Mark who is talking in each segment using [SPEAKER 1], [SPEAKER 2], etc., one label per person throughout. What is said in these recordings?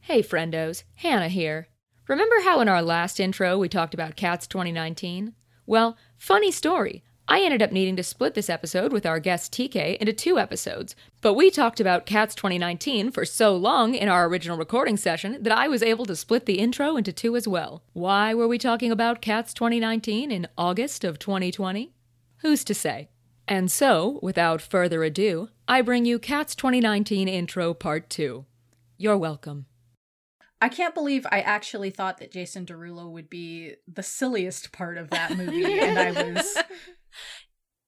[SPEAKER 1] Hey, friendos, Hannah here. Remember how in our last intro we talked about Cats 2019? Well, funny story. I ended up needing to split this episode with our guest TK into two episodes, but we talked about Cats 2019 for so long in our original recording session that I was able to split the intro into two as well. Why were we talking about Cats 2019 in August of 2020? Who's to say? And so, without further ado, I bring you Cats 2019 Intro Part 2. You're welcome.
[SPEAKER 2] I can't believe I actually thought that Jason Derulo would be the silliest part of that movie, and I was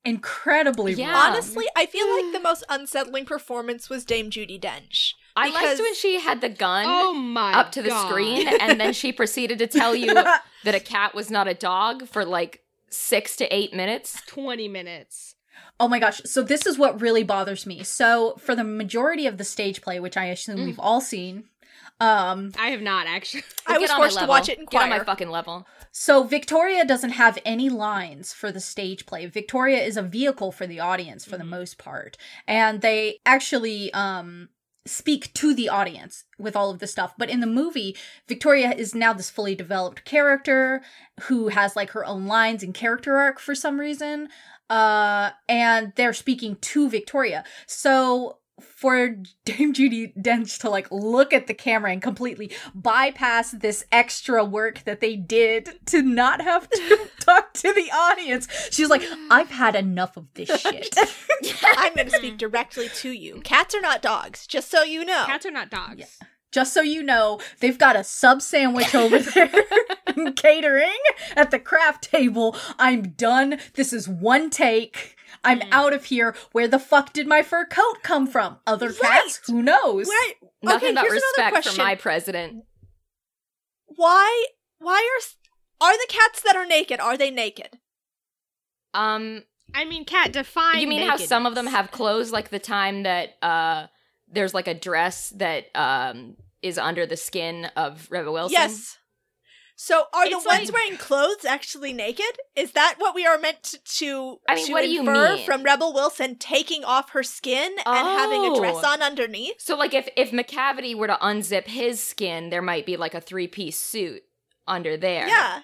[SPEAKER 2] incredibly
[SPEAKER 1] Yeah.
[SPEAKER 3] Um,
[SPEAKER 2] wrong.
[SPEAKER 4] Honestly, I feel like the most unsettling performance was Dame Judy Dench.
[SPEAKER 3] I liked
[SPEAKER 4] Because-
[SPEAKER 3] when she had the gun
[SPEAKER 5] Oh my
[SPEAKER 3] up to the
[SPEAKER 5] God.
[SPEAKER 3] screen and then she proceeded to tell you that a cat was not a dog for like six to eight minutes.
[SPEAKER 5] 20 minutes.
[SPEAKER 2] Oh my gosh! So this is what really bothers me. So for the majority of the stage play, which I assume we've all seen, um,
[SPEAKER 5] I have not actually.
[SPEAKER 4] I
[SPEAKER 3] Get
[SPEAKER 4] was
[SPEAKER 3] on my
[SPEAKER 4] forced to
[SPEAKER 3] level.
[SPEAKER 4] watch it in
[SPEAKER 3] Get
[SPEAKER 4] choir.
[SPEAKER 3] on my fucking level.
[SPEAKER 2] so Victoria doesn't have any lines for the stage play. Victoria is a vehicle for the audience for the most part, and they actually um speak to the audience with all of this stuff. But in the movie, Victoria is now this fully developed character who has like her own lines and character arc for some reason. Uh, and they're speaking to Victoria. So for Dame Judy Dench to like look at the camera and completely bypass this extra work that they did to not have to talk to the audience, she's like, I've had enough of this shit.
[SPEAKER 4] I'm going to speak directly to you. Cats are not dogs, just so you
[SPEAKER 3] Oh.
[SPEAKER 4] know.
[SPEAKER 5] Cats are not dogs.
[SPEAKER 2] Just so you know, they've got a sub sandwich over there in catering at the craft table. I'm done. This is one take. I'm out of here. Where the fuck did my fur coat come from? Other cats?
[SPEAKER 4] Right.
[SPEAKER 2] Who knows?
[SPEAKER 4] Right.
[SPEAKER 3] Nothing
[SPEAKER 4] okay,
[SPEAKER 3] about
[SPEAKER 4] here's another
[SPEAKER 3] respect for
[SPEAKER 4] question.
[SPEAKER 3] my president.
[SPEAKER 4] Why why are s- are the cats that are naked, are they naked?
[SPEAKER 3] Um
[SPEAKER 5] I mean, cat define.
[SPEAKER 3] you mean how some of them
[SPEAKER 5] nakedness.
[SPEAKER 3] have clothes like the time that uh there's like a dress that um is under the skin of Rebel Wilson?
[SPEAKER 4] Yes. So are
[SPEAKER 3] It's
[SPEAKER 4] the ones
[SPEAKER 3] like-
[SPEAKER 4] wearing clothes actually naked? Is that what we are meant to, to,
[SPEAKER 3] I mean,
[SPEAKER 4] to
[SPEAKER 3] what do you
[SPEAKER 4] infer
[SPEAKER 3] mean?
[SPEAKER 4] from Rebel Wilson taking off her skin and having a
[SPEAKER 3] Oh.
[SPEAKER 4] dress on underneath?
[SPEAKER 3] So like if if McCavity were to unzip his skin, there might be like a three piece suit under there.
[SPEAKER 4] Yeah.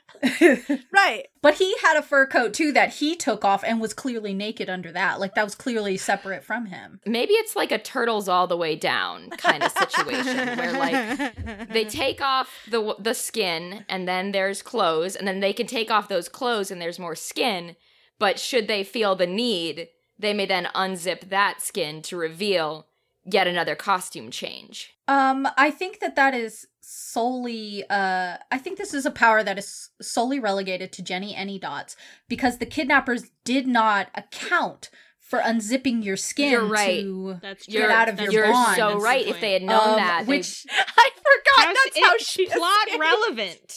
[SPEAKER 4] right.
[SPEAKER 2] But he had a fur coat too that he took off and was clearly naked under that. Like that was clearly separate from him.
[SPEAKER 3] Maybe it's like a turtles all the way down kind of situation where like they take off the the skin and then there's clothes and then they can take off those clothes and there's more skin, but should they feel the need, they may then unzip that skin to reveal yet another costume change.
[SPEAKER 2] Um, I think that that is solely. Uh, I think this is a power that is solely relegated to Jenny Anydots because the kidnappers did not account for unzipping your skin.
[SPEAKER 3] You're right.
[SPEAKER 2] To,
[SPEAKER 5] That's
[SPEAKER 2] Get
[SPEAKER 3] You're,
[SPEAKER 2] out of your
[SPEAKER 3] you're
[SPEAKER 2] bond.
[SPEAKER 3] so
[SPEAKER 2] That's the
[SPEAKER 3] right. If they had known
[SPEAKER 2] um,
[SPEAKER 3] that, they-
[SPEAKER 2] which
[SPEAKER 4] I forgot
[SPEAKER 5] How's
[SPEAKER 4] that's
[SPEAKER 5] it
[SPEAKER 4] how she
[SPEAKER 5] plot
[SPEAKER 4] escaped.
[SPEAKER 5] relevant.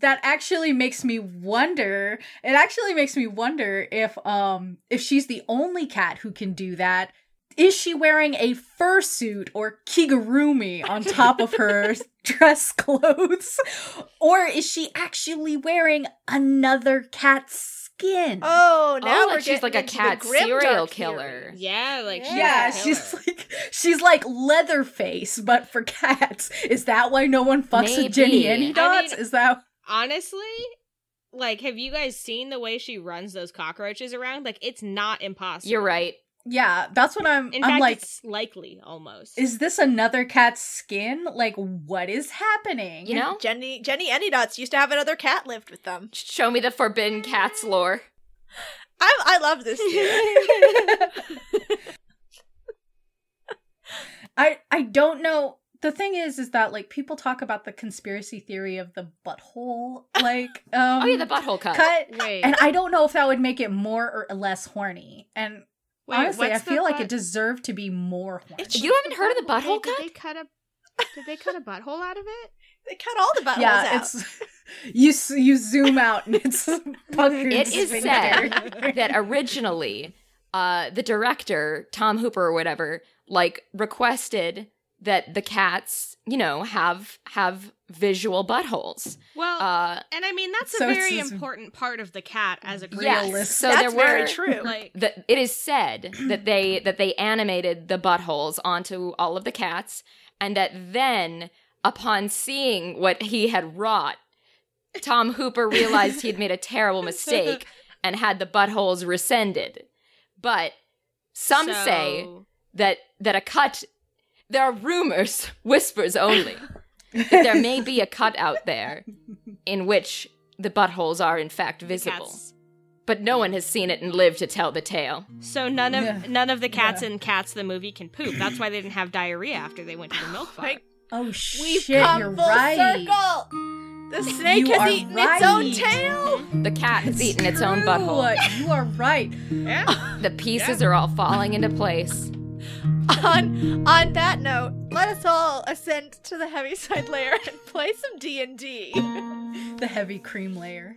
[SPEAKER 2] that actually makes me wonder. It actually makes me wonder if um if she's the only cat who can do that. Is she wearing a fursuit or kigurumi on top of her dress clothes? Or is she actually wearing another cat's skin?
[SPEAKER 4] Oh, now
[SPEAKER 3] oh,
[SPEAKER 4] we're
[SPEAKER 3] like she's like
[SPEAKER 4] getting
[SPEAKER 3] a
[SPEAKER 4] into the
[SPEAKER 3] cat
[SPEAKER 4] grim
[SPEAKER 3] serial
[SPEAKER 4] dark
[SPEAKER 3] killer.
[SPEAKER 4] theory.
[SPEAKER 5] Yeah, like she's
[SPEAKER 2] yeah,
[SPEAKER 5] a
[SPEAKER 2] she's
[SPEAKER 5] killer.
[SPEAKER 2] like she's like Leatherface, but for cats. Is that why no one fucks with Jenny
[SPEAKER 3] Maybe.
[SPEAKER 2] any
[SPEAKER 5] I
[SPEAKER 2] dots?
[SPEAKER 5] mean-
[SPEAKER 2] is that
[SPEAKER 5] honestly. Like, have you guys seen the way she runs those cockroaches around? Like, it's not impossible.
[SPEAKER 3] you're right.
[SPEAKER 2] yeah? That's what I'm.
[SPEAKER 5] In
[SPEAKER 2] I'm
[SPEAKER 5] fact,
[SPEAKER 2] like,
[SPEAKER 5] it's likely almost.
[SPEAKER 2] is this another cat's skin? Like, what is happening?
[SPEAKER 3] You know,
[SPEAKER 4] Jenny Jenny Anydots used to have another cat lived with them.
[SPEAKER 3] show me the forbidden cats lore.
[SPEAKER 4] I I love this theory.
[SPEAKER 2] I I don't know. The thing is, is that like people talk about the conspiracy theory of the butthole, like um,
[SPEAKER 3] oh yeah, the butthole cut.
[SPEAKER 2] cut,
[SPEAKER 5] Wait,
[SPEAKER 2] and I don't know if that would make it more or less horny. And
[SPEAKER 5] wait,
[SPEAKER 2] honestly, I
[SPEAKER 5] what's the
[SPEAKER 2] feel like it
[SPEAKER 5] butt-
[SPEAKER 2] deserved to be more horny.
[SPEAKER 4] It's-
[SPEAKER 3] You haven't heard of the butthole
[SPEAKER 5] Wait,
[SPEAKER 3] cut?
[SPEAKER 5] Did they cut a? Did they cut a butthole out of it?
[SPEAKER 4] They cut all the buttholes out.
[SPEAKER 2] yeah, it's you. s- You zoom out, and it's
[SPEAKER 3] It is said
[SPEAKER 2] said.
[SPEAKER 3] that originally, uh, the director Tom Hooper or whatever, like requested that the cats, you know, have have visual buttholes.
[SPEAKER 5] Well,
[SPEAKER 3] Uh,
[SPEAKER 5] and I mean that's
[SPEAKER 2] so
[SPEAKER 5] a
[SPEAKER 2] it's
[SPEAKER 5] very
[SPEAKER 2] just-
[SPEAKER 5] important part of the cat as a creature.
[SPEAKER 3] yes,
[SPEAKER 2] Realistic.
[SPEAKER 3] so
[SPEAKER 4] That's
[SPEAKER 3] there were
[SPEAKER 4] very true.
[SPEAKER 5] Like,
[SPEAKER 3] the, it is said that they that they animated the buttholes onto all of the cats, and that then Upon seeing what he had wrought, Tom Hooper realized he had made a terrible mistake and had the buttholes rescinded. But some say
[SPEAKER 5] So-
[SPEAKER 3] that that a cut there are rumors, whispers only, that there may be a cut out there in which the buttholes are in fact visible.
[SPEAKER 5] Cats.
[SPEAKER 3] But no one has seen it and lived to tell the tale.
[SPEAKER 5] So none of
[SPEAKER 6] Yeah.
[SPEAKER 5] none of the cats in Cats the movie can poop. That's why they didn't have diarrhea after they went to the milk bar.
[SPEAKER 4] Like,
[SPEAKER 6] Oh
[SPEAKER 4] We've
[SPEAKER 6] shit,
[SPEAKER 4] come
[SPEAKER 6] you're
[SPEAKER 4] full
[SPEAKER 6] right.
[SPEAKER 4] circle. The snake
[SPEAKER 6] are
[SPEAKER 4] has eaten its own
[SPEAKER 6] right.
[SPEAKER 4] tail.
[SPEAKER 3] The cat has eaten its own
[SPEAKER 6] True,
[SPEAKER 3] butthole.
[SPEAKER 6] You are right.
[SPEAKER 5] Yeah.
[SPEAKER 3] The pieces are all falling into place.
[SPEAKER 4] On on that note, let us all ascend to the heavy side layer and play some D and D.
[SPEAKER 6] The heavy cream layer.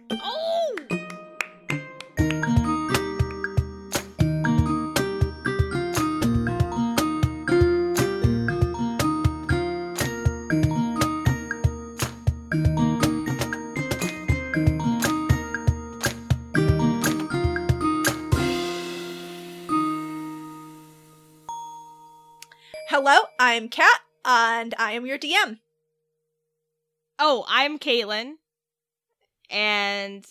[SPEAKER 4] Hello, I'm Kat, and I am your DM.
[SPEAKER 5] Oh, I'm Caitlin, and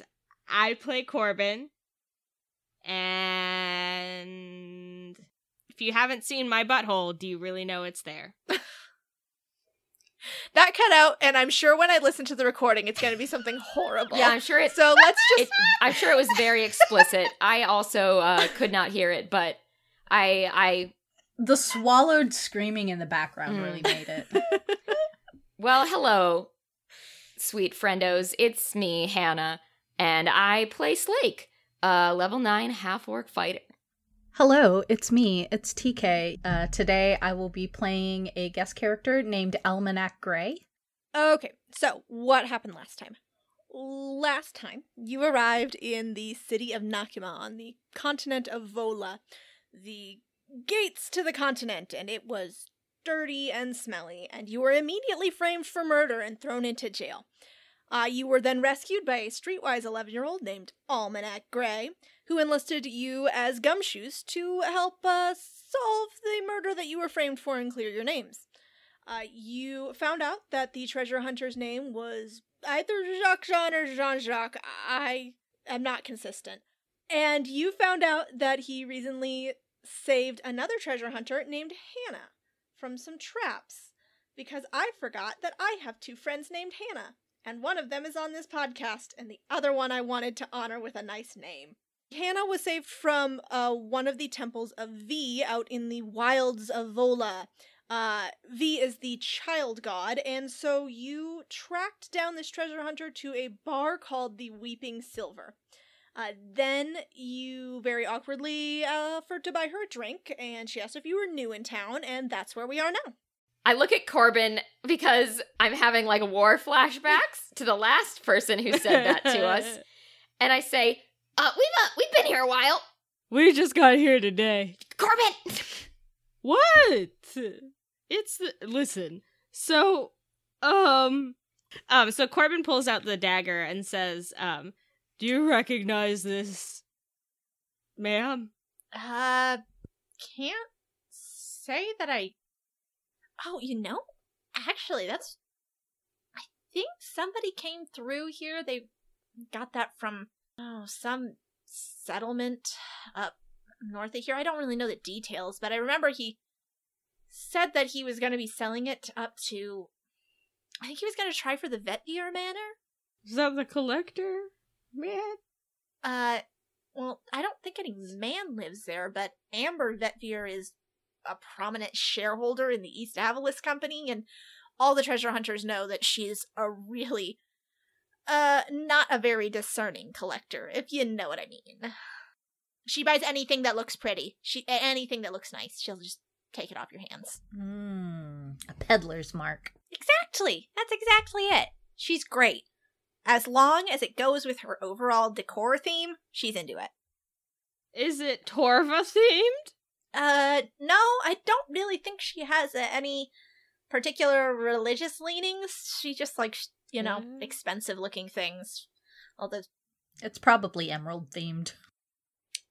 [SPEAKER 5] I play Corbin. And if you haven't seen my butthole, do you really know it's there?
[SPEAKER 4] That cut out, and I'm sure when I listen to the recording, it's going to be something horrible.
[SPEAKER 3] Yeah, I'm sure it.
[SPEAKER 4] So let's just
[SPEAKER 3] it I'm sure it was very explicit. I also uh, could not hear it, but I I
[SPEAKER 6] The swallowed screaming in the background
[SPEAKER 3] Mm.
[SPEAKER 6] really made it.
[SPEAKER 3] Well, hello, sweet friendos. It's me, Hannah, and I play Slake, a level 9 half orc fighter.
[SPEAKER 6] Hello, it's me. It's TK. Uh, today I will be playing a guest character named Almanac Gray.
[SPEAKER 4] Okay, so what happened last time? Last time, you arrived in the city of Nakima on the continent of Vola, the gates to the continent, and it was dirty and smelly, and you were immediately framed for murder and thrown into jail. Uh, you were then rescued by a streetwise 11 year old named Almanac Gray, who enlisted you as gumshoes to help uh, solve the murder that you were framed for and clear your names. Uh, you found out that the treasure hunter's name was either Jacques Jean or Jean Jacques. I am not consistent. And you found out that he recently saved another treasure hunter named Hannah from some traps because I forgot that I have two friends named Hannah, and one of them is on this podcast, and the other one I wanted to honor with a nice name. Hannah was saved from uh, one of the temples of V out in the wilds of Vola. Uh, v is the child god, and so you tracked down this treasure hunter to a bar called the Weeping Silver. Uh, then you very awkwardly uh, offered to buy her a drink, and she asked if you were new in town, and that's where we are now.
[SPEAKER 3] I look at Corbin because I'm having like war flashbacks to the last person who said that to us, and I say, uh, we've, uh, we've been here a while.
[SPEAKER 5] We just got here today.
[SPEAKER 3] Corbin!
[SPEAKER 5] What? It's the listen. So, um, um. So Corbin pulls out the dagger and says, "Um, do you recognize this, ma'am?"
[SPEAKER 7] Uh, can't say that I. Oh, you know, actually, that's. I think somebody came through here. They got that from oh some settlement up north of here. I don't really know the details, but I remember he said that he was going to be selling it up to. I think he was going to try for the Vetvier Manor.
[SPEAKER 5] Is that the collector, man?
[SPEAKER 7] Uh, well, I don't think any man lives there, but Amber Vetvier is a prominent shareholder in the East Avalis Company, and all the treasure hunters know that she's a really, uh, not a very discerning collector, if you know what I mean. She buys anything that looks pretty. She a- anything that looks nice. She'll just take it off your hands.
[SPEAKER 6] Mm, a peddler's mark.
[SPEAKER 7] Exactly. That's exactly it. She's great. As long as it goes with her overall decor theme, she's into it.
[SPEAKER 5] Is it Torva themed?
[SPEAKER 7] Uh, no, I don't really think she has uh, any particular religious leanings. She just likes, you know,
[SPEAKER 5] Mm.
[SPEAKER 7] expensive looking things. Although
[SPEAKER 6] It's probably emerald themed.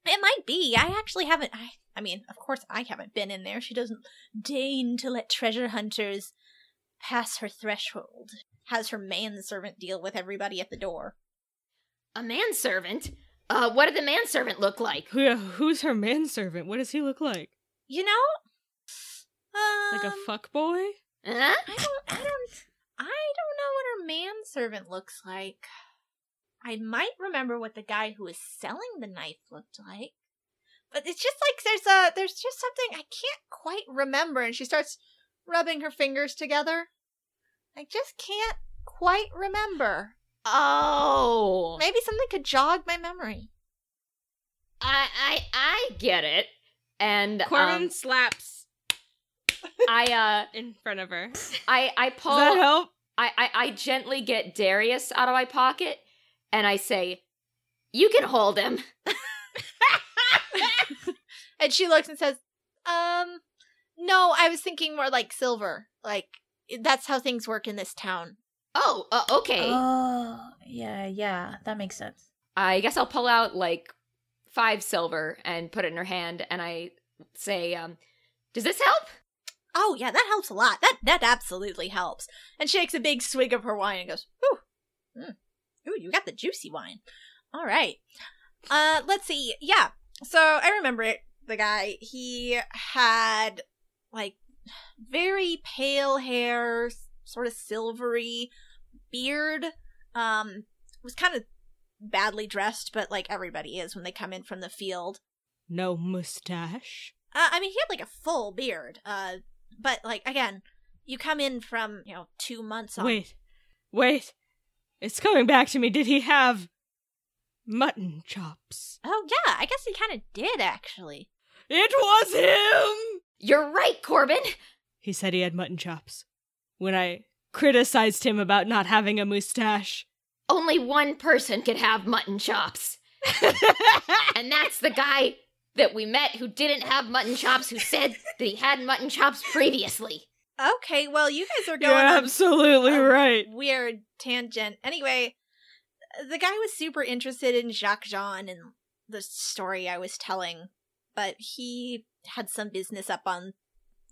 [SPEAKER 7] it might be. I actually haven't. I, I mean, of course, I haven't been in there. She doesn't deign to let treasure hunters
[SPEAKER 4] pass her threshold, has her manservant deal with everybody at the door.
[SPEAKER 3] A manservant? Uh, what did the manservant look like?
[SPEAKER 5] Who, who's her manservant? What does he look like?
[SPEAKER 4] You know, um,
[SPEAKER 5] Like a fuck boy?
[SPEAKER 3] Huh?
[SPEAKER 4] I don't, I don't, I don't know what her manservant looks like. I might remember what the guy who was selling the knife looked like, but it's just like there's a there's just something I can't quite remember. And she starts rubbing her fingers together. I just can't quite remember.
[SPEAKER 3] Oh,
[SPEAKER 4] Maybe something could jog my memory.
[SPEAKER 3] I, I, I get it. And
[SPEAKER 5] Corbin
[SPEAKER 3] um,
[SPEAKER 5] slaps
[SPEAKER 3] I,
[SPEAKER 5] in front of her. Does
[SPEAKER 3] uh, I, I pull.
[SPEAKER 5] that help?
[SPEAKER 3] I, I, I gently get Darius out of my pocket, and I say, "You can hold him."
[SPEAKER 4] and she looks and says, "Um, no, I was thinking more like silver. Like that's how things work in this town."
[SPEAKER 3] Oh, uh, okay.
[SPEAKER 2] Oh, yeah, yeah, that makes sense.
[SPEAKER 3] I guess I'll pull out like five silver and put it in her hand, and I say, um, "Does this help?"
[SPEAKER 4] Oh yeah, that helps a lot. That that absolutely helps. And she takes a big swig of her wine and goes, "Ooh, mm. ooh, you got the juicy wine. All right. Uh, let's see. Yeah. So I remember it. The guy he had like very pale hair, s- sort of silvery beard. Um, was kind of badly dressed, but like everybody is when they come in from the field.
[SPEAKER 5] No mustache.
[SPEAKER 4] Uh, I mean, he had like a full beard. Uh, but like again, you come in from you know two months on.
[SPEAKER 5] Wait, wait. It's coming back to me. Did he have mutton chops?
[SPEAKER 4] Oh yeah, I guess he kind of did actually.
[SPEAKER 5] It was him!
[SPEAKER 3] You're right, Corbin.
[SPEAKER 5] He said he had mutton chops. When I criticized him about not having a mustache.
[SPEAKER 3] Only one person could have mutton chops, and that's the guy that we met who didn't have mutton chops, who said that he had mutton chops previously.
[SPEAKER 4] Okay, well you guys are
[SPEAKER 5] You're
[SPEAKER 4] going on
[SPEAKER 5] absolutely
[SPEAKER 4] um,
[SPEAKER 5] right.
[SPEAKER 4] weird tangent. Anyway, the guy was super interested in Jacques Jean and the story I was telling, but he had some business up on,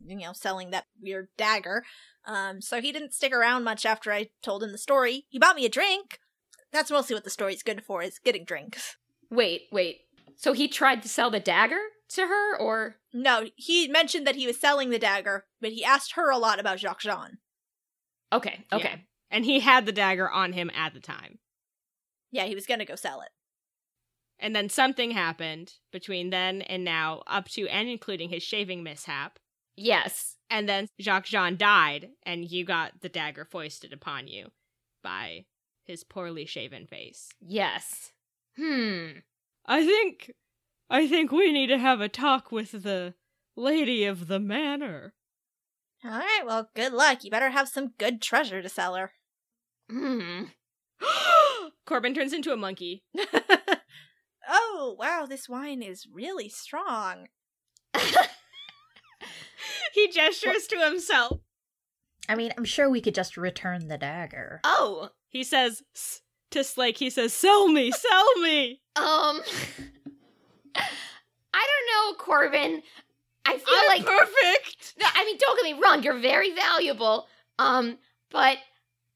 [SPEAKER 4] you know, selling that weird dagger. Um, so he didn't stick around much after I told him the story. He bought me a drink. That's mostly what the story's good for is getting drinks.
[SPEAKER 3] Wait, wait. So he tried to sell the dagger to her, or
[SPEAKER 4] No, he mentioned that he was selling the dagger, but he asked her a lot about Jacques Jean.
[SPEAKER 3] okay, okay.
[SPEAKER 5] Yeah. And he had the dagger on him at the time.
[SPEAKER 4] Yeah, he was gonna go sell it.
[SPEAKER 5] And then something happened between then and now, up to and including his shaving mishap.
[SPEAKER 3] Yes.
[SPEAKER 5] And then Jacques Jean died, and you got the dagger foisted upon you by his poorly shaven face.
[SPEAKER 3] Yes. Hmm.
[SPEAKER 5] I think I think we need to have a talk with the lady of the manor.
[SPEAKER 4] All right, well, good luck. You better have some good treasure to sell her.
[SPEAKER 3] Hmm.
[SPEAKER 5] Corbin turns into a monkey.
[SPEAKER 4] oh, wow, this wine is really strong.
[SPEAKER 5] He gestures to himself.
[SPEAKER 2] I mean, I'm sure we could just return the dagger.
[SPEAKER 3] Oh.
[SPEAKER 5] He says "S-" to Slake, he says, Sell me, sell me.
[SPEAKER 3] Um. I don't know, Corbin. I feel
[SPEAKER 5] I'm
[SPEAKER 3] like
[SPEAKER 5] perfect.
[SPEAKER 3] No, I mean, don't get me wrong, you're very valuable. Um, but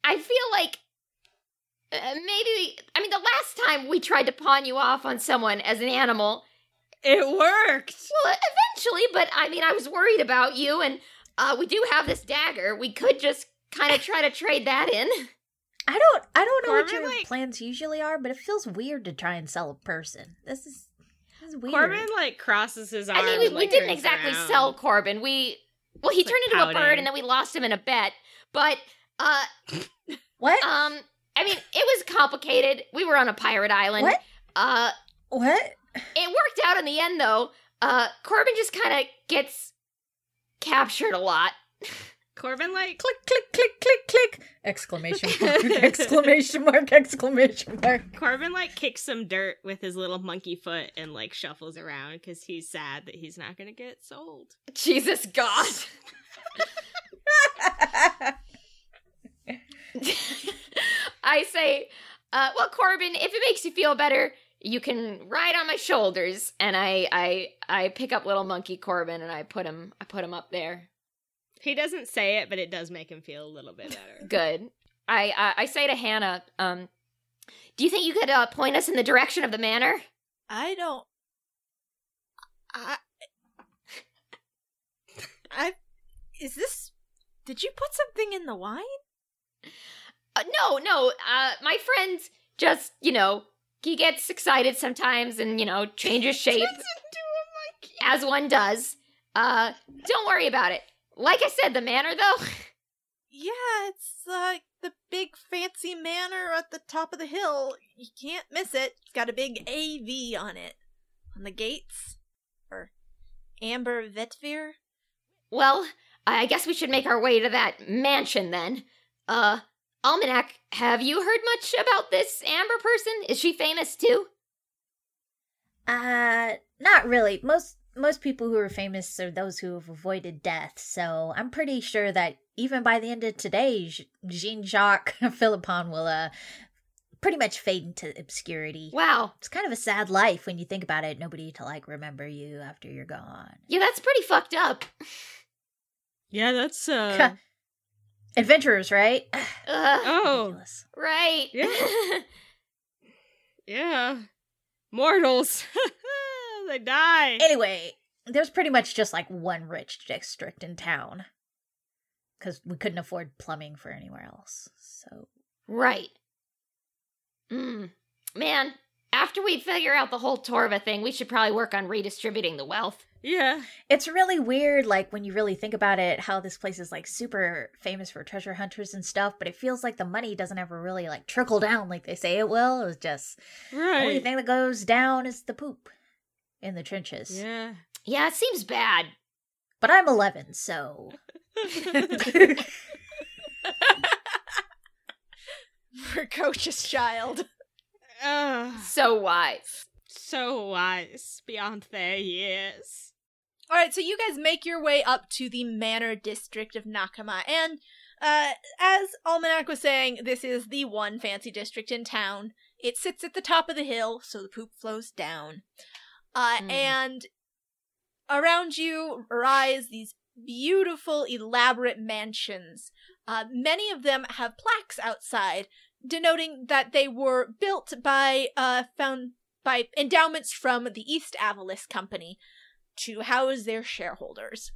[SPEAKER 3] I feel like uh, maybe I mean the last time we tried to pawn you off on someone as an animal,
[SPEAKER 5] It worked.
[SPEAKER 3] well, eventually, but I mean, I was worried about you and uh we do have this dagger. We could just kind of try to trade that in.
[SPEAKER 2] I don't, I don't know what
[SPEAKER 5] Corbin,
[SPEAKER 2] your
[SPEAKER 5] like-
[SPEAKER 2] plans usually are, but it feels weird to try and sell a person. This is, this is weird.
[SPEAKER 5] Corbin like crosses his arms.
[SPEAKER 3] I mean, we, we didn't exactly sell Corbin. We well, he
[SPEAKER 5] It's like
[SPEAKER 3] turned into a bird
[SPEAKER 5] pouting.
[SPEAKER 3] and then we lost him in a bet. But uh
[SPEAKER 8] What?
[SPEAKER 3] um I mean, it was complicated. We were on a pirate island.
[SPEAKER 8] What?
[SPEAKER 3] Uh
[SPEAKER 8] what?
[SPEAKER 3] It worked out in the end, though. Uh, Corbin just kind of gets captured a lot.
[SPEAKER 5] Corbin like
[SPEAKER 8] Click, click, click, click, click! Exclamation mark! exclamation mark! Exclamation mark!
[SPEAKER 5] Corbin like kicks some dirt with his little monkey foot and like shuffles around because he's sad that he's not gonna get sold.
[SPEAKER 3] Jesus God. I say, uh, well, Corbin, if it makes you feel better, you can ride on my shoulders. And I, I, I pick up little monkey Corbin and I put him, I put him up there.
[SPEAKER 5] He doesn't say it, but it does make him feel a little bit better.
[SPEAKER 3] Good. I I, I say to Hannah, um, do you think you could uh, point us in the direction of the manor?
[SPEAKER 4] I don't. I. I. Is this. Did you put something in the wine?
[SPEAKER 3] Uh, no, no. Uh, my friend just you know he gets excited sometimes and you know changes shape as one does. Uh, don't worry about it. Like I said, the manor though.
[SPEAKER 4] Yeah, it's like the big fancy manor at the top of the hill. You can't miss it. It's got a big AV on it. On the gates. Or Amber Vetvir.
[SPEAKER 3] Well, I I guess we should make our way to that mansion then. Uh, Almanac, have you heard much about this Amber person? Is she famous too?
[SPEAKER 2] Uh, not really. Most most people who are famous are those who have avoided death. So I'm pretty sure that even by the end of today, Jean Jacques Philippon will uh pretty much fade into obscurity.
[SPEAKER 3] Wow.
[SPEAKER 2] It's kind of a sad life when you think about it. Nobody to like remember you after you're gone.
[SPEAKER 3] Yeah, that's pretty fucked up.
[SPEAKER 5] Yeah, that's uh
[SPEAKER 2] Adventurers, right? Uh,
[SPEAKER 3] Ugh,
[SPEAKER 5] Oh.
[SPEAKER 2] Ridiculous.
[SPEAKER 3] Uh, right.
[SPEAKER 5] Yeah. Yeah. Mortals. they die.
[SPEAKER 2] Anyway, there's pretty much just like one rich district in town because we couldn't afford plumbing for anywhere else. So
[SPEAKER 3] right. Mm. Man, after we figure out the whole Torva thing, we should probably work on redistributing the wealth.
[SPEAKER 5] Yeah.
[SPEAKER 2] it's really weird, like when you really think about it, how this place is like super famous for treasure hunters and stuff, but it feels like the money doesn't ever really like trickle down like they say it will. It's just the only
[SPEAKER 5] Right.
[SPEAKER 2] thing that goes down is the poop in the trenches.
[SPEAKER 5] Yeah.
[SPEAKER 3] Yeah, it seems bad.
[SPEAKER 2] But I'm 11, so
[SPEAKER 4] Precocious child.
[SPEAKER 5] Ugh.
[SPEAKER 3] So wise.
[SPEAKER 5] so wise beyond their years.
[SPEAKER 4] All right, so you guys make your way up to the manor district of Nakama, and uh, as Almanac was saying, this is the one fancy district in town. It sits at the top of the hill, so the poop flows down, uh,
[SPEAKER 3] Hmm.
[SPEAKER 4] and around you rise these beautiful, elaborate mansions. Uh, many of them have plaques outside denoting that they were built by uh, found by endowments from the East Avalis Company to house their shareholders.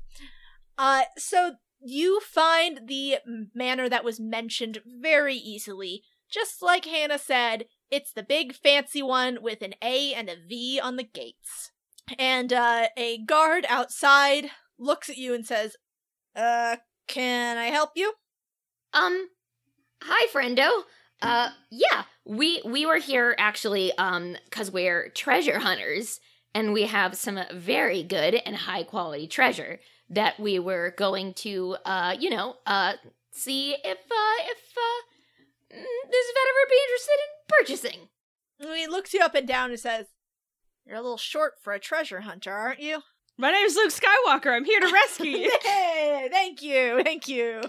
[SPEAKER 4] Uh, so you find the manor that was mentioned very easily. Just like Hannah said, it's the big fancy one with an A and a V on the gates. And uh, a guard outside looks at you and says, Uh, can I help you?
[SPEAKER 3] Um, hi, friendo. Uh, yeah, we we were here actually, um, cause we're treasure hunters and we have some very good and high quality treasure that we were going to, uh, you know, uh, see if uh if uh mm, this vet ever be interested in purchasing.
[SPEAKER 4] And he looks you up and down and says, You're a little short for a treasure hunter, aren't you?
[SPEAKER 5] My name's Luke Skywalker. I'm here to rescue you.
[SPEAKER 4] Hey, thank you, thank you.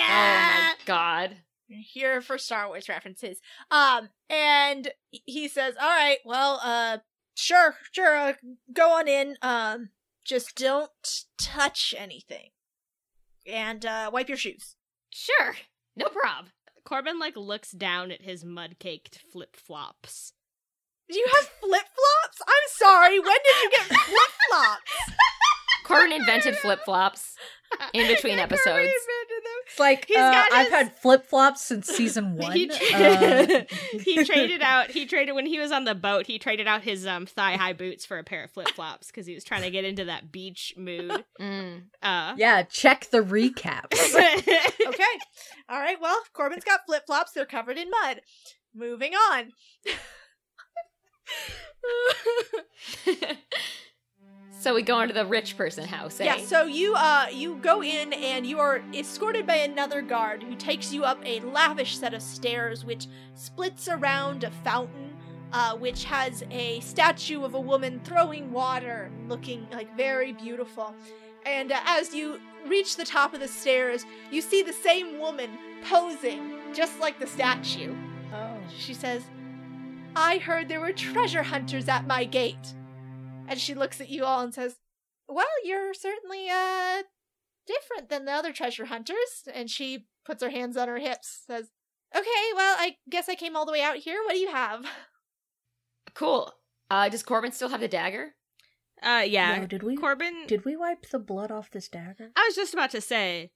[SPEAKER 3] Oh my god.
[SPEAKER 4] here for Star Wars references. Um, and he says, "All right, well, uh, sure, sure, uh, go on in. Um, just don't touch anything, and uh, wipe your shoes."
[SPEAKER 3] Sure, no prob.
[SPEAKER 5] Corbin like looks down at his mud caked flip flops.
[SPEAKER 4] Do you have flip flops? I'm sorry. When did you get flip flops?
[SPEAKER 3] Corin invented flip flops in between episodes.
[SPEAKER 2] it's like
[SPEAKER 5] He's
[SPEAKER 2] uh,
[SPEAKER 5] got
[SPEAKER 2] I've
[SPEAKER 5] his-
[SPEAKER 2] had flip flops since season one.
[SPEAKER 5] He,
[SPEAKER 2] Uh,
[SPEAKER 5] tra- he traded out. He traded when he was on the boat. He traded out his um thigh high boots for a pair of flip flops because he was trying to get into that beach mood.
[SPEAKER 3] Mm.
[SPEAKER 5] Uh,
[SPEAKER 2] yeah, check the recaps.
[SPEAKER 4] okay, all right. Well, Corbin's got flip flops. They're covered in mud. Moving on.
[SPEAKER 3] so we go into the rich person house. Eh?
[SPEAKER 4] Yeah, so you uh you go in and you are escorted by another guard who takes you up a lavish set of stairs which splits around a fountain uh which has a statue of a woman throwing water looking like very beautiful. And uh, as you reach the top of the stairs, you see the same woman posing just like the statue.
[SPEAKER 2] oh.
[SPEAKER 4] She says, I heard there were treasure hunters at my gate. And she looks at you all and says, Well, you're certainly uh
[SPEAKER 7] different than the other treasure hunters. And she puts her hands on her hips, says, Okay, well, I guess I came all the way out here. What do you have?
[SPEAKER 3] Cool. Uh, does Corbin still have the dagger?
[SPEAKER 5] Uh, yeah.
[SPEAKER 2] Yo, did we
[SPEAKER 5] Corbin,
[SPEAKER 2] did we wipe the blood off this dagger?
[SPEAKER 5] I was just about to say,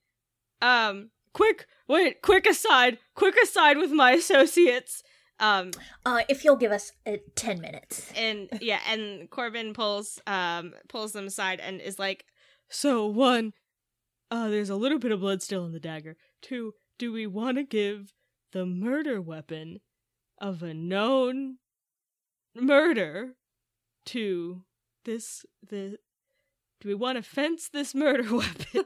[SPEAKER 5] um, quick, wait, quick aside, quick aside with my associates. Um,
[SPEAKER 2] Uh, if you'll give us uh, ten minutes.
[SPEAKER 5] and yeah, and Corbin pulls, um, pulls them aside and is like, so one, uh, there's a little bit of blood still in the dagger. Two, do we want to give the murder weapon of a known murder to this, the, do we want to fence this murder weapon?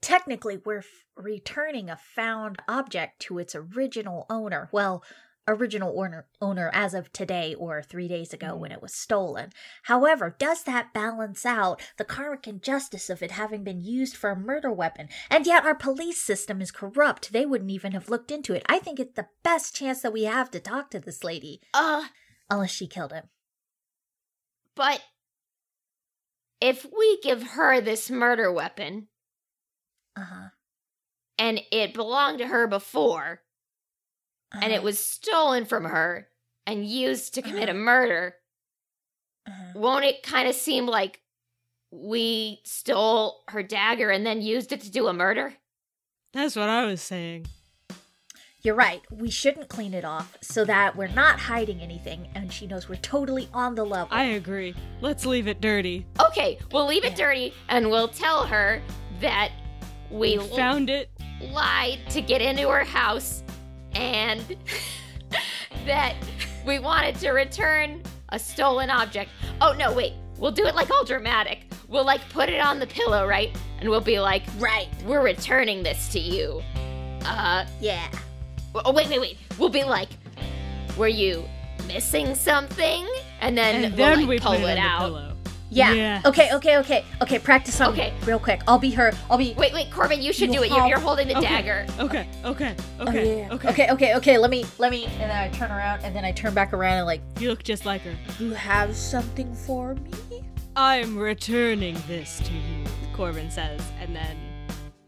[SPEAKER 2] Technically, we're f- returning a found object to its original owner. Well, original owner owner as of today or three days ago when it was stolen. However, does that balance out the karmic injustice of it having been used for a murder weapon? And yet our police system is corrupt. They wouldn't even have looked into it. I think it's the best chance that we have to talk to this lady.
[SPEAKER 3] Uh,
[SPEAKER 2] Unless she killed him.
[SPEAKER 3] but if we give her this murder weapon
[SPEAKER 2] Uh-huh.
[SPEAKER 3] and it belonged to her before and it
[SPEAKER 2] Uh-huh.
[SPEAKER 3] was stolen from her and used to commit a
[SPEAKER 2] Uh-huh.
[SPEAKER 3] murder,
[SPEAKER 2] Uh-huh.
[SPEAKER 3] won't it kind of seem like we stole her dagger and then used it to do a murder?
[SPEAKER 5] That's what I was saying.
[SPEAKER 2] You're right. We shouldn't clean it off so that we're not hiding anything and she knows we're totally on the level.
[SPEAKER 5] I agree. Let's leave it dirty.
[SPEAKER 3] Okay, we'll leave it
[SPEAKER 2] Yeah.
[SPEAKER 3] dirty and we'll tell her that we,
[SPEAKER 5] We found it.
[SPEAKER 3] l- lied to get into her house and that we wanted to return a stolen object. Oh no, wait. We'll do it like all dramatic. We'll like put it on the pillow, right? And we'll be like,
[SPEAKER 2] right.
[SPEAKER 3] "We're returning this to you." Uh,
[SPEAKER 2] Yeah.
[SPEAKER 3] oh wait, wait, wait. We'll be like, "Were you missing something?" And then
[SPEAKER 5] And,
[SPEAKER 3] we'll,
[SPEAKER 5] then
[SPEAKER 3] like,
[SPEAKER 5] we
[SPEAKER 3] pull
[SPEAKER 5] put it, on
[SPEAKER 3] it
[SPEAKER 5] the
[SPEAKER 3] out.
[SPEAKER 5] pillow.
[SPEAKER 2] Yeah.
[SPEAKER 5] Yes.
[SPEAKER 2] Okay, okay, okay. Okay, practice on
[SPEAKER 3] Okay.
[SPEAKER 2] me real quick. I'll be her. I'll be
[SPEAKER 3] Wait, wait, Corbin, you should
[SPEAKER 2] You
[SPEAKER 3] do it. You're,
[SPEAKER 2] have-
[SPEAKER 3] you're holding the
[SPEAKER 5] Okay.
[SPEAKER 3] dagger.
[SPEAKER 5] Okay, okay,
[SPEAKER 2] Oh,
[SPEAKER 5] okay,
[SPEAKER 2] yeah, yeah.
[SPEAKER 5] okay,
[SPEAKER 2] okay, okay, okay. Let me, let me, and then I turn around, and then I turn back around, and like,
[SPEAKER 5] You look just like her.
[SPEAKER 2] you have something for me?
[SPEAKER 5] I'm returning this to you, Corbin says, and then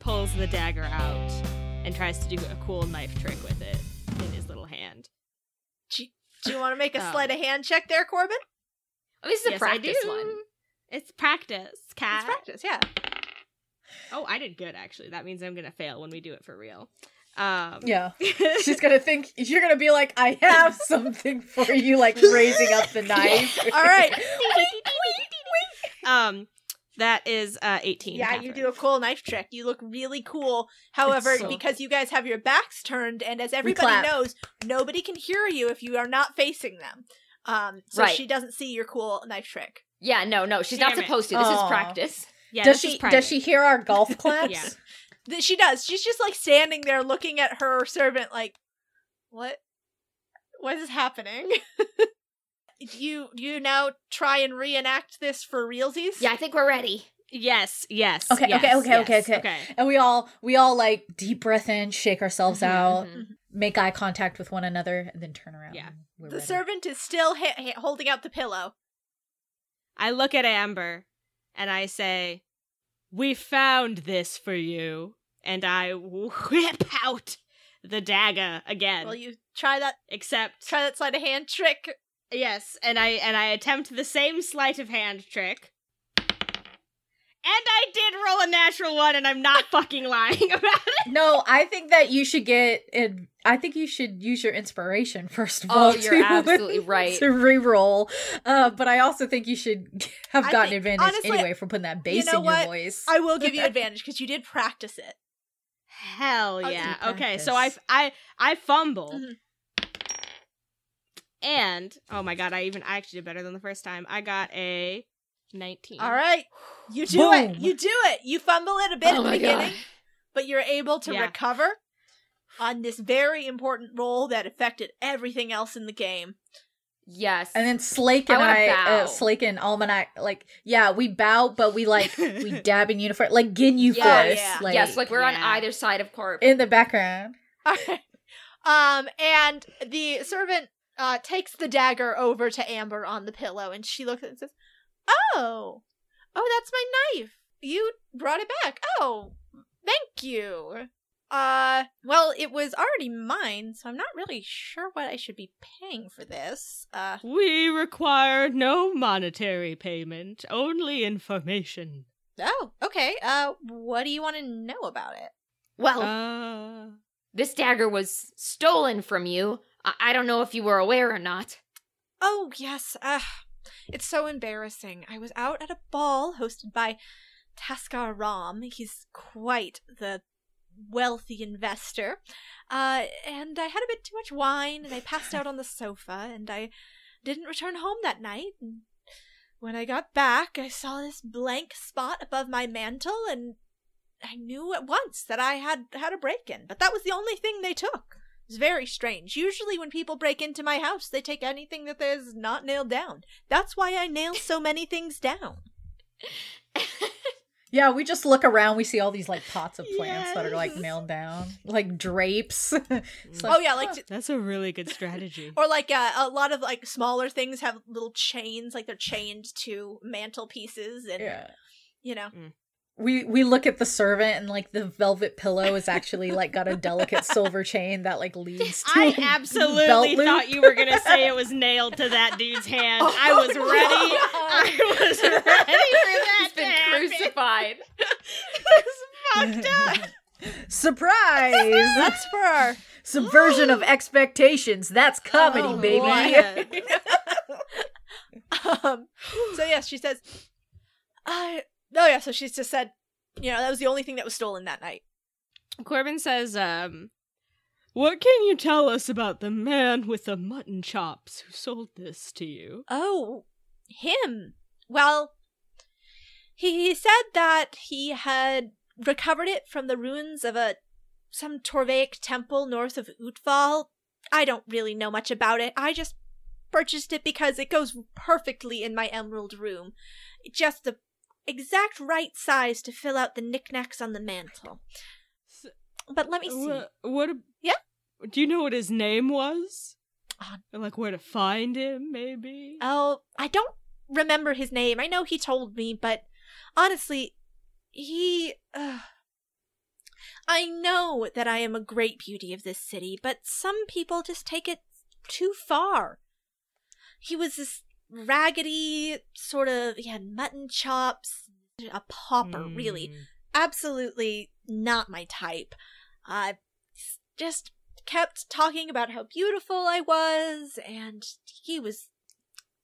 [SPEAKER 5] pulls the dagger out and tries to do a cool knife trick with it in his little hand.
[SPEAKER 4] Do you want to make a
[SPEAKER 5] Um,
[SPEAKER 4] sleight of hand check there, Corbin?
[SPEAKER 3] This is a
[SPEAKER 5] Yes, I
[SPEAKER 3] practice
[SPEAKER 5] do.
[SPEAKER 3] one.
[SPEAKER 5] It's practice,
[SPEAKER 4] It's
[SPEAKER 5] cat.
[SPEAKER 4] practice, yeah.
[SPEAKER 5] oh, I did good actually. That means I'm gonna fail when we do it for real. Um,
[SPEAKER 6] Yeah.
[SPEAKER 5] She's
[SPEAKER 6] gonna think you're gonna be like, I have something for you, like raising up the knife.
[SPEAKER 4] All right.
[SPEAKER 5] um, that is uh, 18.
[SPEAKER 4] Yeah, you do a cool knife trick. You look really cool. However,
[SPEAKER 5] so-
[SPEAKER 4] because you guys have your backs turned, and as everybody
[SPEAKER 6] clap.
[SPEAKER 4] knows, nobody can hear you if you are not facing them. Um, so
[SPEAKER 3] Right.
[SPEAKER 4] she doesn't see your cool knife trick.
[SPEAKER 3] Yeah, no, no, she's
[SPEAKER 5] Damn
[SPEAKER 3] not
[SPEAKER 5] it.
[SPEAKER 3] supposed to. This
[SPEAKER 6] Aw.
[SPEAKER 3] is practice.
[SPEAKER 5] Yeah,
[SPEAKER 6] does
[SPEAKER 5] this is
[SPEAKER 6] she
[SPEAKER 5] private.
[SPEAKER 6] does she hear our golf claps?
[SPEAKER 5] Yeah.
[SPEAKER 4] Th- She does. She's just like standing there looking at her servant, like, what? What is happening? you you now try and reenact this for realsies.
[SPEAKER 3] Yeah, I think we're ready.
[SPEAKER 5] Yes, yes.
[SPEAKER 6] Okay,
[SPEAKER 5] yes,
[SPEAKER 6] okay, okay, okay,
[SPEAKER 5] yes,
[SPEAKER 6] okay. And we all we all like deep breath in, shake ourselves out,
[SPEAKER 3] Mhm.
[SPEAKER 6] make eye contact with one another, and then turn around.
[SPEAKER 5] Yeah.
[SPEAKER 6] and we're
[SPEAKER 4] The
[SPEAKER 6] ready.
[SPEAKER 4] servant is still ha- ha- holding out the pillow.
[SPEAKER 5] I look at Amber and I say, We found this for you. And I whip out the dagger again.
[SPEAKER 4] Will you try that
[SPEAKER 5] Except
[SPEAKER 4] try that sleight of hand trick?
[SPEAKER 5] yes, and I and I attempt the same sleight of hand trick. And I did roll a natural one, and I'm not fucking lying about it.
[SPEAKER 6] No, I think that you should get. and I think you should use your inspiration first of
[SPEAKER 3] Oh,
[SPEAKER 6] all.
[SPEAKER 3] you're
[SPEAKER 6] to-
[SPEAKER 3] absolutely right.
[SPEAKER 6] To re-roll, uh, but I also think you should have
[SPEAKER 4] I
[SPEAKER 6] gotten
[SPEAKER 4] think-
[SPEAKER 6] advantage
[SPEAKER 4] honestly,
[SPEAKER 6] anyway for putting that bass
[SPEAKER 4] you know
[SPEAKER 6] in your
[SPEAKER 4] what?
[SPEAKER 6] voice.
[SPEAKER 4] I will give you advantage because you did practice it.
[SPEAKER 5] Hell
[SPEAKER 4] Okay.
[SPEAKER 5] yeah!
[SPEAKER 6] Good
[SPEAKER 5] Okay, so I
[SPEAKER 6] practice.
[SPEAKER 5] I I fumble,
[SPEAKER 4] Mhm.
[SPEAKER 5] and oh my god, I even I actually did better than the first time. I got a nineteen.
[SPEAKER 4] All right, you do it.
[SPEAKER 6] Boom.
[SPEAKER 4] You do it. You fumble it a bit
[SPEAKER 3] Oh
[SPEAKER 4] at the
[SPEAKER 3] my
[SPEAKER 4] beginning,
[SPEAKER 3] god.
[SPEAKER 4] but you're able to
[SPEAKER 5] Yeah.
[SPEAKER 4] recover on this very important roll that affected everything else in the game.
[SPEAKER 3] Yes.
[SPEAKER 6] And then Slake
[SPEAKER 3] I
[SPEAKER 6] and
[SPEAKER 3] wanna
[SPEAKER 6] I,
[SPEAKER 3] bow.
[SPEAKER 6] uh, Slake and Almanac, like, yeah, we bow, but we like, we dab in uniform, like Ginyu
[SPEAKER 3] Yeah,
[SPEAKER 6] first.
[SPEAKER 4] yeah.
[SPEAKER 6] Like,
[SPEAKER 3] yes, like we're on
[SPEAKER 5] yeah.
[SPEAKER 3] either side of Corp.
[SPEAKER 6] in the background.
[SPEAKER 4] All right. Um, and the servant uh, takes the dagger over to Amber on the pillow, and she looks at it and says, "Oh, oh, that's my knife. you brought it back. Oh, thank you. Uh, well, it was already mine, so I'm not really sure what I should be paying for this. Uh,
[SPEAKER 5] We require no monetary payment, only information.
[SPEAKER 4] oh, okay. Uh, what do you want to know about it?
[SPEAKER 3] Well,
[SPEAKER 5] Uh,
[SPEAKER 3] this dagger was stolen from you. I, I don't know if you were aware or not.
[SPEAKER 4] Oh, yes. Uh, it's so embarrassing. I was out at a ball hosted by Taskar Ram. He's quite the wealthy investor. Uh, and I had a bit too much wine, and I passed out on the sofa, and I didn't return home that night. And when I got back, I saw this blank spot above my mantle, and I knew at once that I had had a break in, but that was the only thing they took. It's very strange. Usually, when people break into my house, they take anything that is not nailed down. That's why I nail so many things down.
[SPEAKER 2] Yeah, we just look around. We see all these like pots of plants that are like nailed down, like drapes. It's like,
[SPEAKER 4] Oh yeah, like
[SPEAKER 5] Mm. that's a really good strategy.
[SPEAKER 4] or like uh, a lot of like smaller things have little chains, like they're chained to mantelpieces, and
[SPEAKER 2] yeah.
[SPEAKER 4] you know.
[SPEAKER 2] We we look at the servant and like the velvet pillow is actually like got a delicate silver chain that like leads to
[SPEAKER 5] I
[SPEAKER 2] a belt
[SPEAKER 5] absolutely
[SPEAKER 2] loop.
[SPEAKER 5] thought you were gonna say it was nailed to that dude's hand. I was ready. I was ready for that.
[SPEAKER 3] He's been
[SPEAKER 5] to happen.
[SPEAKER 3] crucified.
[SPEAKER 5] Fucked up.
[SPEAKER 2] Surprise!
[SPEAKER 4] That's for our
[SPEAKER 2] Subversion of expectations. That's comedy,
[SPEAKER 4] Oh,
[SPEAKER 2] baby.
[SPEAKER 4] man. um, so yes, she says, "I." oh yeah, so she just said, you know, that was the only thing that was stolen that night.
[SPEAKER 5] Corbin says, um, "What can you tell us about the man with the mutton chops who sold this to you?"
[SPEAKER 4] Oh, him. Well, he said that he had recovered it from the ruins of a some Torvaic temple north of Utval. I don't really know much about it. I just purchased it because it goes perfectly in my emerald room. Just the exact right size to fill out the knickknacks on the mantle.
[SPEAKER 5] S-
[SPEAKER 4] But let me see.
[SPEAKER 5] What? what a-
[SPEAKER 4] Yeah?
[SPEAKER 5] Do you know what his name was?
[SPEAKER 4] Ah.
[SPEAKER 5] And like where to find him, maybe.
[SPEAKER 4] Oh, I don't remember his name. I know he told me, but honestly, he. Uh, I know that I am a great beauty of this city, but some people just take it too far. He was this raggedy sort of. He had mutton chops, a pauper, really.
[SPEAKER 5] Hmm.
[SPEAKER 4] Absolutely not my type. I just kept talking about how beautiful I was, and he was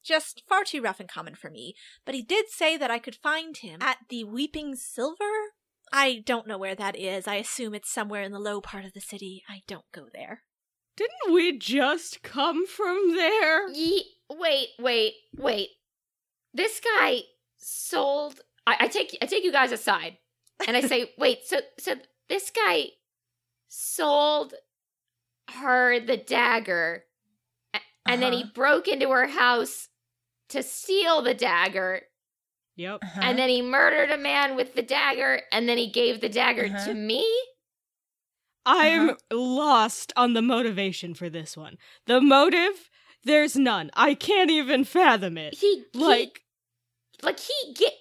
[SPEAKER 4] just far too rough and common for me. But he did say that I could find him at the Weeping Silver. I don't know where that is. I assume it's somewhere in the low part of the city. I don't go there.
[SPEAKER 5] Didn't we just come from there?
[SPEAKER 3] Ye- wait, wait, wait. This guy sold. I, I take I take you guys aside, and I say, wait. So so this guy sold her the dagger, a- and then he
[SPEAKER 2] Uh-huh.
[SPEAKER 3] broke into her house to steal the dagger,
[SPEAKER 5] Yep.
[SPEAKER 2] Uh-huh.
[SPEAKER 3] and then he murdered a man with the dagger, and then he gave the dagger
[SPEAKER 2] Uh-huh.
[SPEAKER 3] to me.
[SPEAKER 5] I'm lost on the motivation for this one. The motive, there's none. I can't even fathom it.
[SPEAKER 3] He like
[SPEAKER 5] Like
[SPEAKER 3] like he get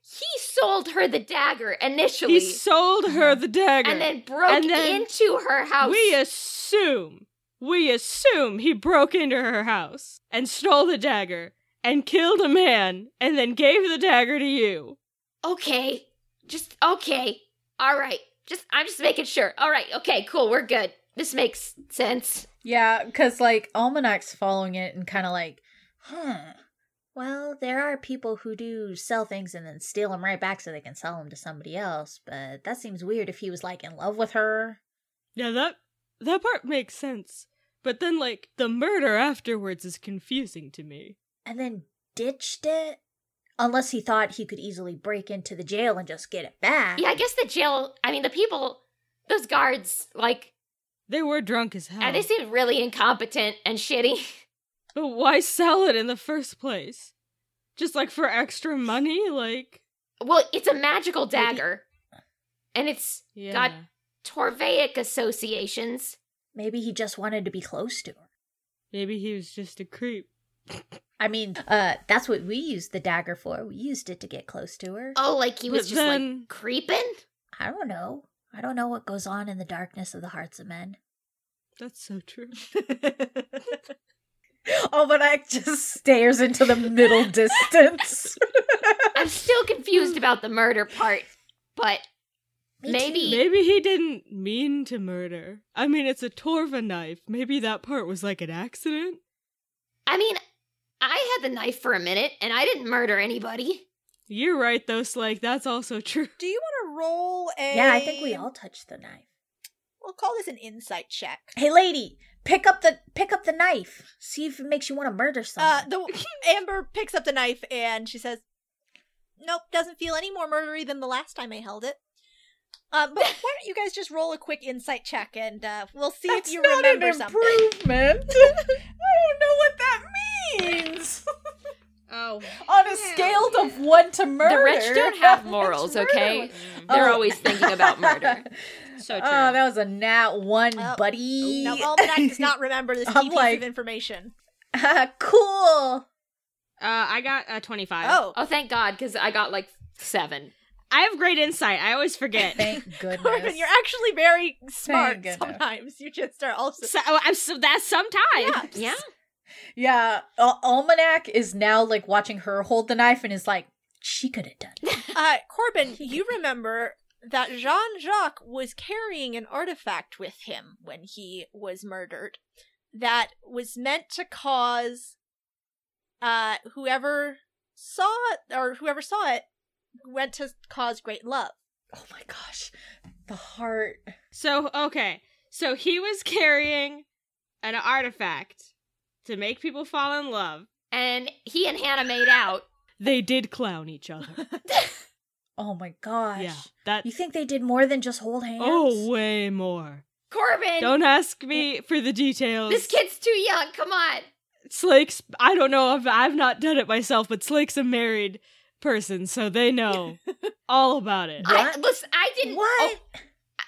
[SPEAKER 3] he sold her the dagger initially.
[SPEAKER 5] he sold her the dagger.
[SPEAKER 3] Uh-huh. and then broke
[SPEAKER 5] And then
[SPEAKER 3] into her house.
[SPEAKER 5] we assume we assume he broke into her house and stole the dagger and killed a man and then gave the dagger to you.
[SPEAKER 3] okay, just okay, all right. Just I'm just making sure. All right, okay, cool, we're good. This makes sense.
[SPEAKER 2] Yeah, because like Almanac's following it and kind of like, huh.
[SPEAKER 9] Well, there are people who do sell things and then steal them right back so they can sell them to somebody else, but that seems weird if he was like in love with her.
[SPEAKER 5] Yeah, that that part makes sense. But then like the murder afterwards is confusing to me.
[SPEAKER 9] and then ditched it unless he thought he could easily break into the jail and just get it back
[SPEAKER 3] Yeah, I guess the jail. I mean, the people, those guards, like,
[SPEAKER 5] They were drunk as hell.
[SPEAKER 3] uh, they seemed really incompetent and shitty.
[SPEAKER 5] But why sell it in the first place? Just like for extra money? Like,
[SPEAKER 3] Well, it's a magical dagger, and it's
[SPEAKER 5] yeah.
[SPEAKER 3] God- Torvaic associations.
[SPEAKER 9] maybe he just wanted to be close to her
[SPEAKER 5] Maybe he was just a creep.
[SPEAKER 2] I mean, uh, that's what we used the dagger for. We used it to get close to her.
[SPEAKER 3] Oh, like he was
[SPEAKER 5] But
[SPEAKER 3] just
[SPEAKER 5] then-
[SPEAKER 3] like creeping?
[SPEAKER 2] I don't know. I don't know what goes on in the darkness of the hearts of men.
[SPEAKER 5] That's so true.
[SPEAKER 2] Almanac just stares into the middle distance.
[SPEAKER 3] I'm still confused about the murder part, but
[SPEAKER 2] Me
[SPEAKER 3] maybe
[SPEAKER 5] Maybe he didn't mean to murder. I mean, it's a Torva knife. Maybe that part was like an accident.
[SPEAKER 3] I mean I had the knife for a minute and I didn't murder anybody.
[SPEAKER 5] You're right, though, Slake. That's also true.
[SPEAKER 4] Do you want to roll a?
[SPEAKER 2] Yeah, I think we all touched the knife.
[SPEAKER 4] We'll call this an insight check.
[SPEAKER 2] Hey, lady, pick up the pick up the knife. See if it makes you want to murder
[SPEAKER 4] Uh,
[SPEAKER 2] someone.
[SPEAKER 4] the Amber picks up the knife and she says, "Nope, doesn't feel any more murdery than the last time I held it." Uh, but why don't you guys just roll a quick insight check and uh, we'll see if you remember something.
[SPEAKER 6] improvement. I don't know what that means.
[SPEAKER 5] Oh.
[SPEAKER 6] On a scale of one to murder,
[SPEAKER 3] The rich don't have morals,
[SPEAKER 6] murder.
[SPEAKER 3] okay?
[SPEAKER 5] Mm.
[SPEAKER 3] They're
[SPEAKER 6] Oh.
[SPEAKER 3] always thinking about murder.
[SPEAKER 5] So true.
[SPEAKER 2] oh, that was a nat one,
[SPEAKER 4] Oh.
[SPEAKER 2] buddy.
[SPEAKER 4] No, Almanac does not remember this
[SPEAKER 6] I'm
[SPEAKER 4] key piece
[SPEAKER 6] like-
[SPEAKER 4] of information.
[SPEAKER 2] Ah, cool.
[SPEAKER 5] Uh, I got a 25.
[SPEAKER 4] Oh,
[SPEAKER 3] Oh, thank God, because I got like seven.
[SPEAKER 5] I have great insight. I always forget.
[SPEAKER 2] Thank goodness.
[SPEAKER 4] Corbin, you're actually very smart.
[SPEAKER 6] goodness.
[SPEAKER 4] Sometimes you just are also
[SPEAKER 5] so, oh, I'm so that's sometimes.
[SPEAKER 3] Yeah.
[SPEAKER 6] Yeah.
[SPEAKER 2] Al- Almanac is now like watching her hold the knife and is like, she could have done. It.
[SPEAKER 4] Uh, Corbin, you remember that Jean Jacques was carrying an artifact with him when he was murdered that was meant to cause uh, whoever saw it, or whoever saw it, went to cause great love.
[SPEAKER 6] Oh my gosh, the heart.
[SPEAKER 5] So okay. So he was carrying an artifact to make people fall in love.
[SPEAKER 3] And he and Hannah made out.
[SPEAKER 5] They did clown each other.
[SPEAKER 2] Oh my gosh.
[SPEAKER 5] yeah. That
[SPEAKER 2] You think they did more than just hold hands?
[SPEAKER 5] Oh, way more.
[SPEAKER 3] Corbin!
[SPEAKER 5] Don't ask me for the details.
[SPEAKER 3] this kid's too young, come on.
[SPEAKER 5] Slake's I don't know if I've not done it myself, but Slake's a married person, so they know all about it.
[SPEAKER 3] I,
[SPEAKER 2] What?
[SPEAKER 3] listen, I didn't
[SPEAKER 2] What?
[SPEAKER 3] oh,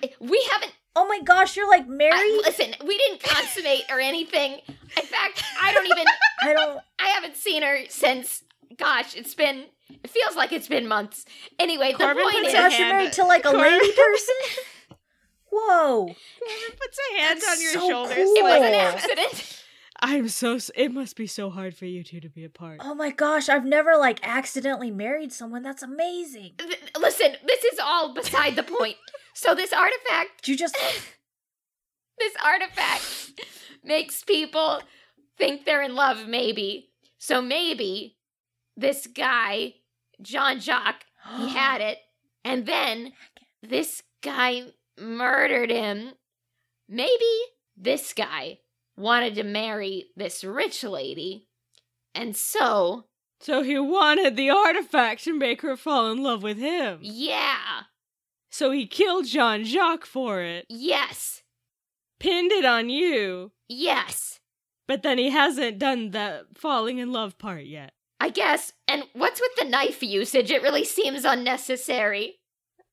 [SPEAKER 3] I- we haven't
[SPEAKER 2] Oh my gosh, you're like
[SPEAKER 3] I-
[SPEAKER 2] married. I,
[SPEAKER 3] listen, we didn't consummate or anything. In fact, I don't even
[SPEAKER 2] don't.
[SPEAKER 3] I haven't seen her since. Gosh, it's been. It feels like it's been months. Anyway,
[SPEAKER 5] Corbin
[SPEAKER 3] the point
[SPEAKER 5] puts
[SPEAKER 3] is,
[SPEAKER 5] her
[SPEAKER 2] Gosh,
[SPEAKER 5] hand-
[SPEAKER 2] you're married to like a
[SPEAKER 5] Cor-
[SPEAKER 2] lady person. Whoa.
[SPEAKER 5] Puts a hand
[SPEAKER 2] That's
[SPEAKER 5] on your
[SPEAKER 2] so
[SPEAKER 5] shoulders.
[SPEAKER 2] cool.
[SPEAKER 3] it was an
[SPEAKER 2] Oh.
[SPEAKER 3] accident.
[SPEAKER 5] I'm so. s- It must be so hard for you two to be apart.
[SPEAKER 2] Oh my gosh, I've never like accidentally married someone. That's amazing.
[SPEAKER 3] Th- Listen, this is all beside the point. So this artifact,
[SPEAKER 2] Did you just
[SPEAKER 3] this artifact, makes people think they're in love. Maybe. So maybe this guy, Jean Jacques, he had it, and then this guy murdered him. Maybe this guy wanted to marry this rich lady, and so
[SPEAKER 5] So he wanted the artifact to make her fall in love with him.
[SPEAKER 3] yeah,
[SPEAKER 5] So he killed Jean Jacques for it,
[SPEAKER 3] yes,
[SPEAKER 5] pinned it on you,
[SPEAKER 3] yes,
[SPEAKER 5] but then he hasn't done the falling in love part yet.
[SPEAKER 3] I guess. And what's with the knife usage? It really seems unnecessary.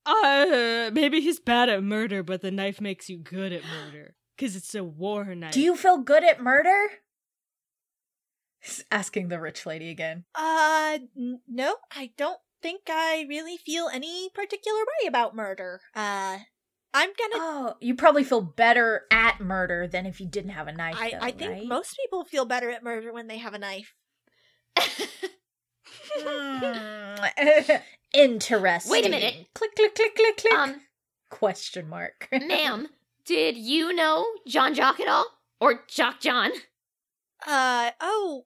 [SPEAKER 5] Uh, maybe he's bad at murder, but the knife makes you good at murder. Because it's a war knife.
[SPEAKER 2] do you feel good at murder?
[SPEAKER 6] He's asking the rich lady again.
[SPEAKER 4] Uh, n- no, I don't think I really feel any particular way about murder. Uh, I'm gonna.
[SPEAKER 2] Oh, you probably feel better at murder than if you didn't have a knife.
[SPEAKER 4] I,
[SPEAKER 2] though,
[SPEAKER 4] I think
[SPEAKER 2] right?
[SPEAKER 4] most people feel better at murder when they have a knife.
[SPEAKER 2] Hmm. Interesting.
[SPEAKER 3] Wait a minute.
[SPEAKER 2] Click, click, click, click, click.
[SPEAKER 3] Um,
[SPEAKER 2] Question mark.
[SPEAKER 3] ma'am, did you know John Jock at all, or Jock John?
[SPEAKER 4] Uh oh,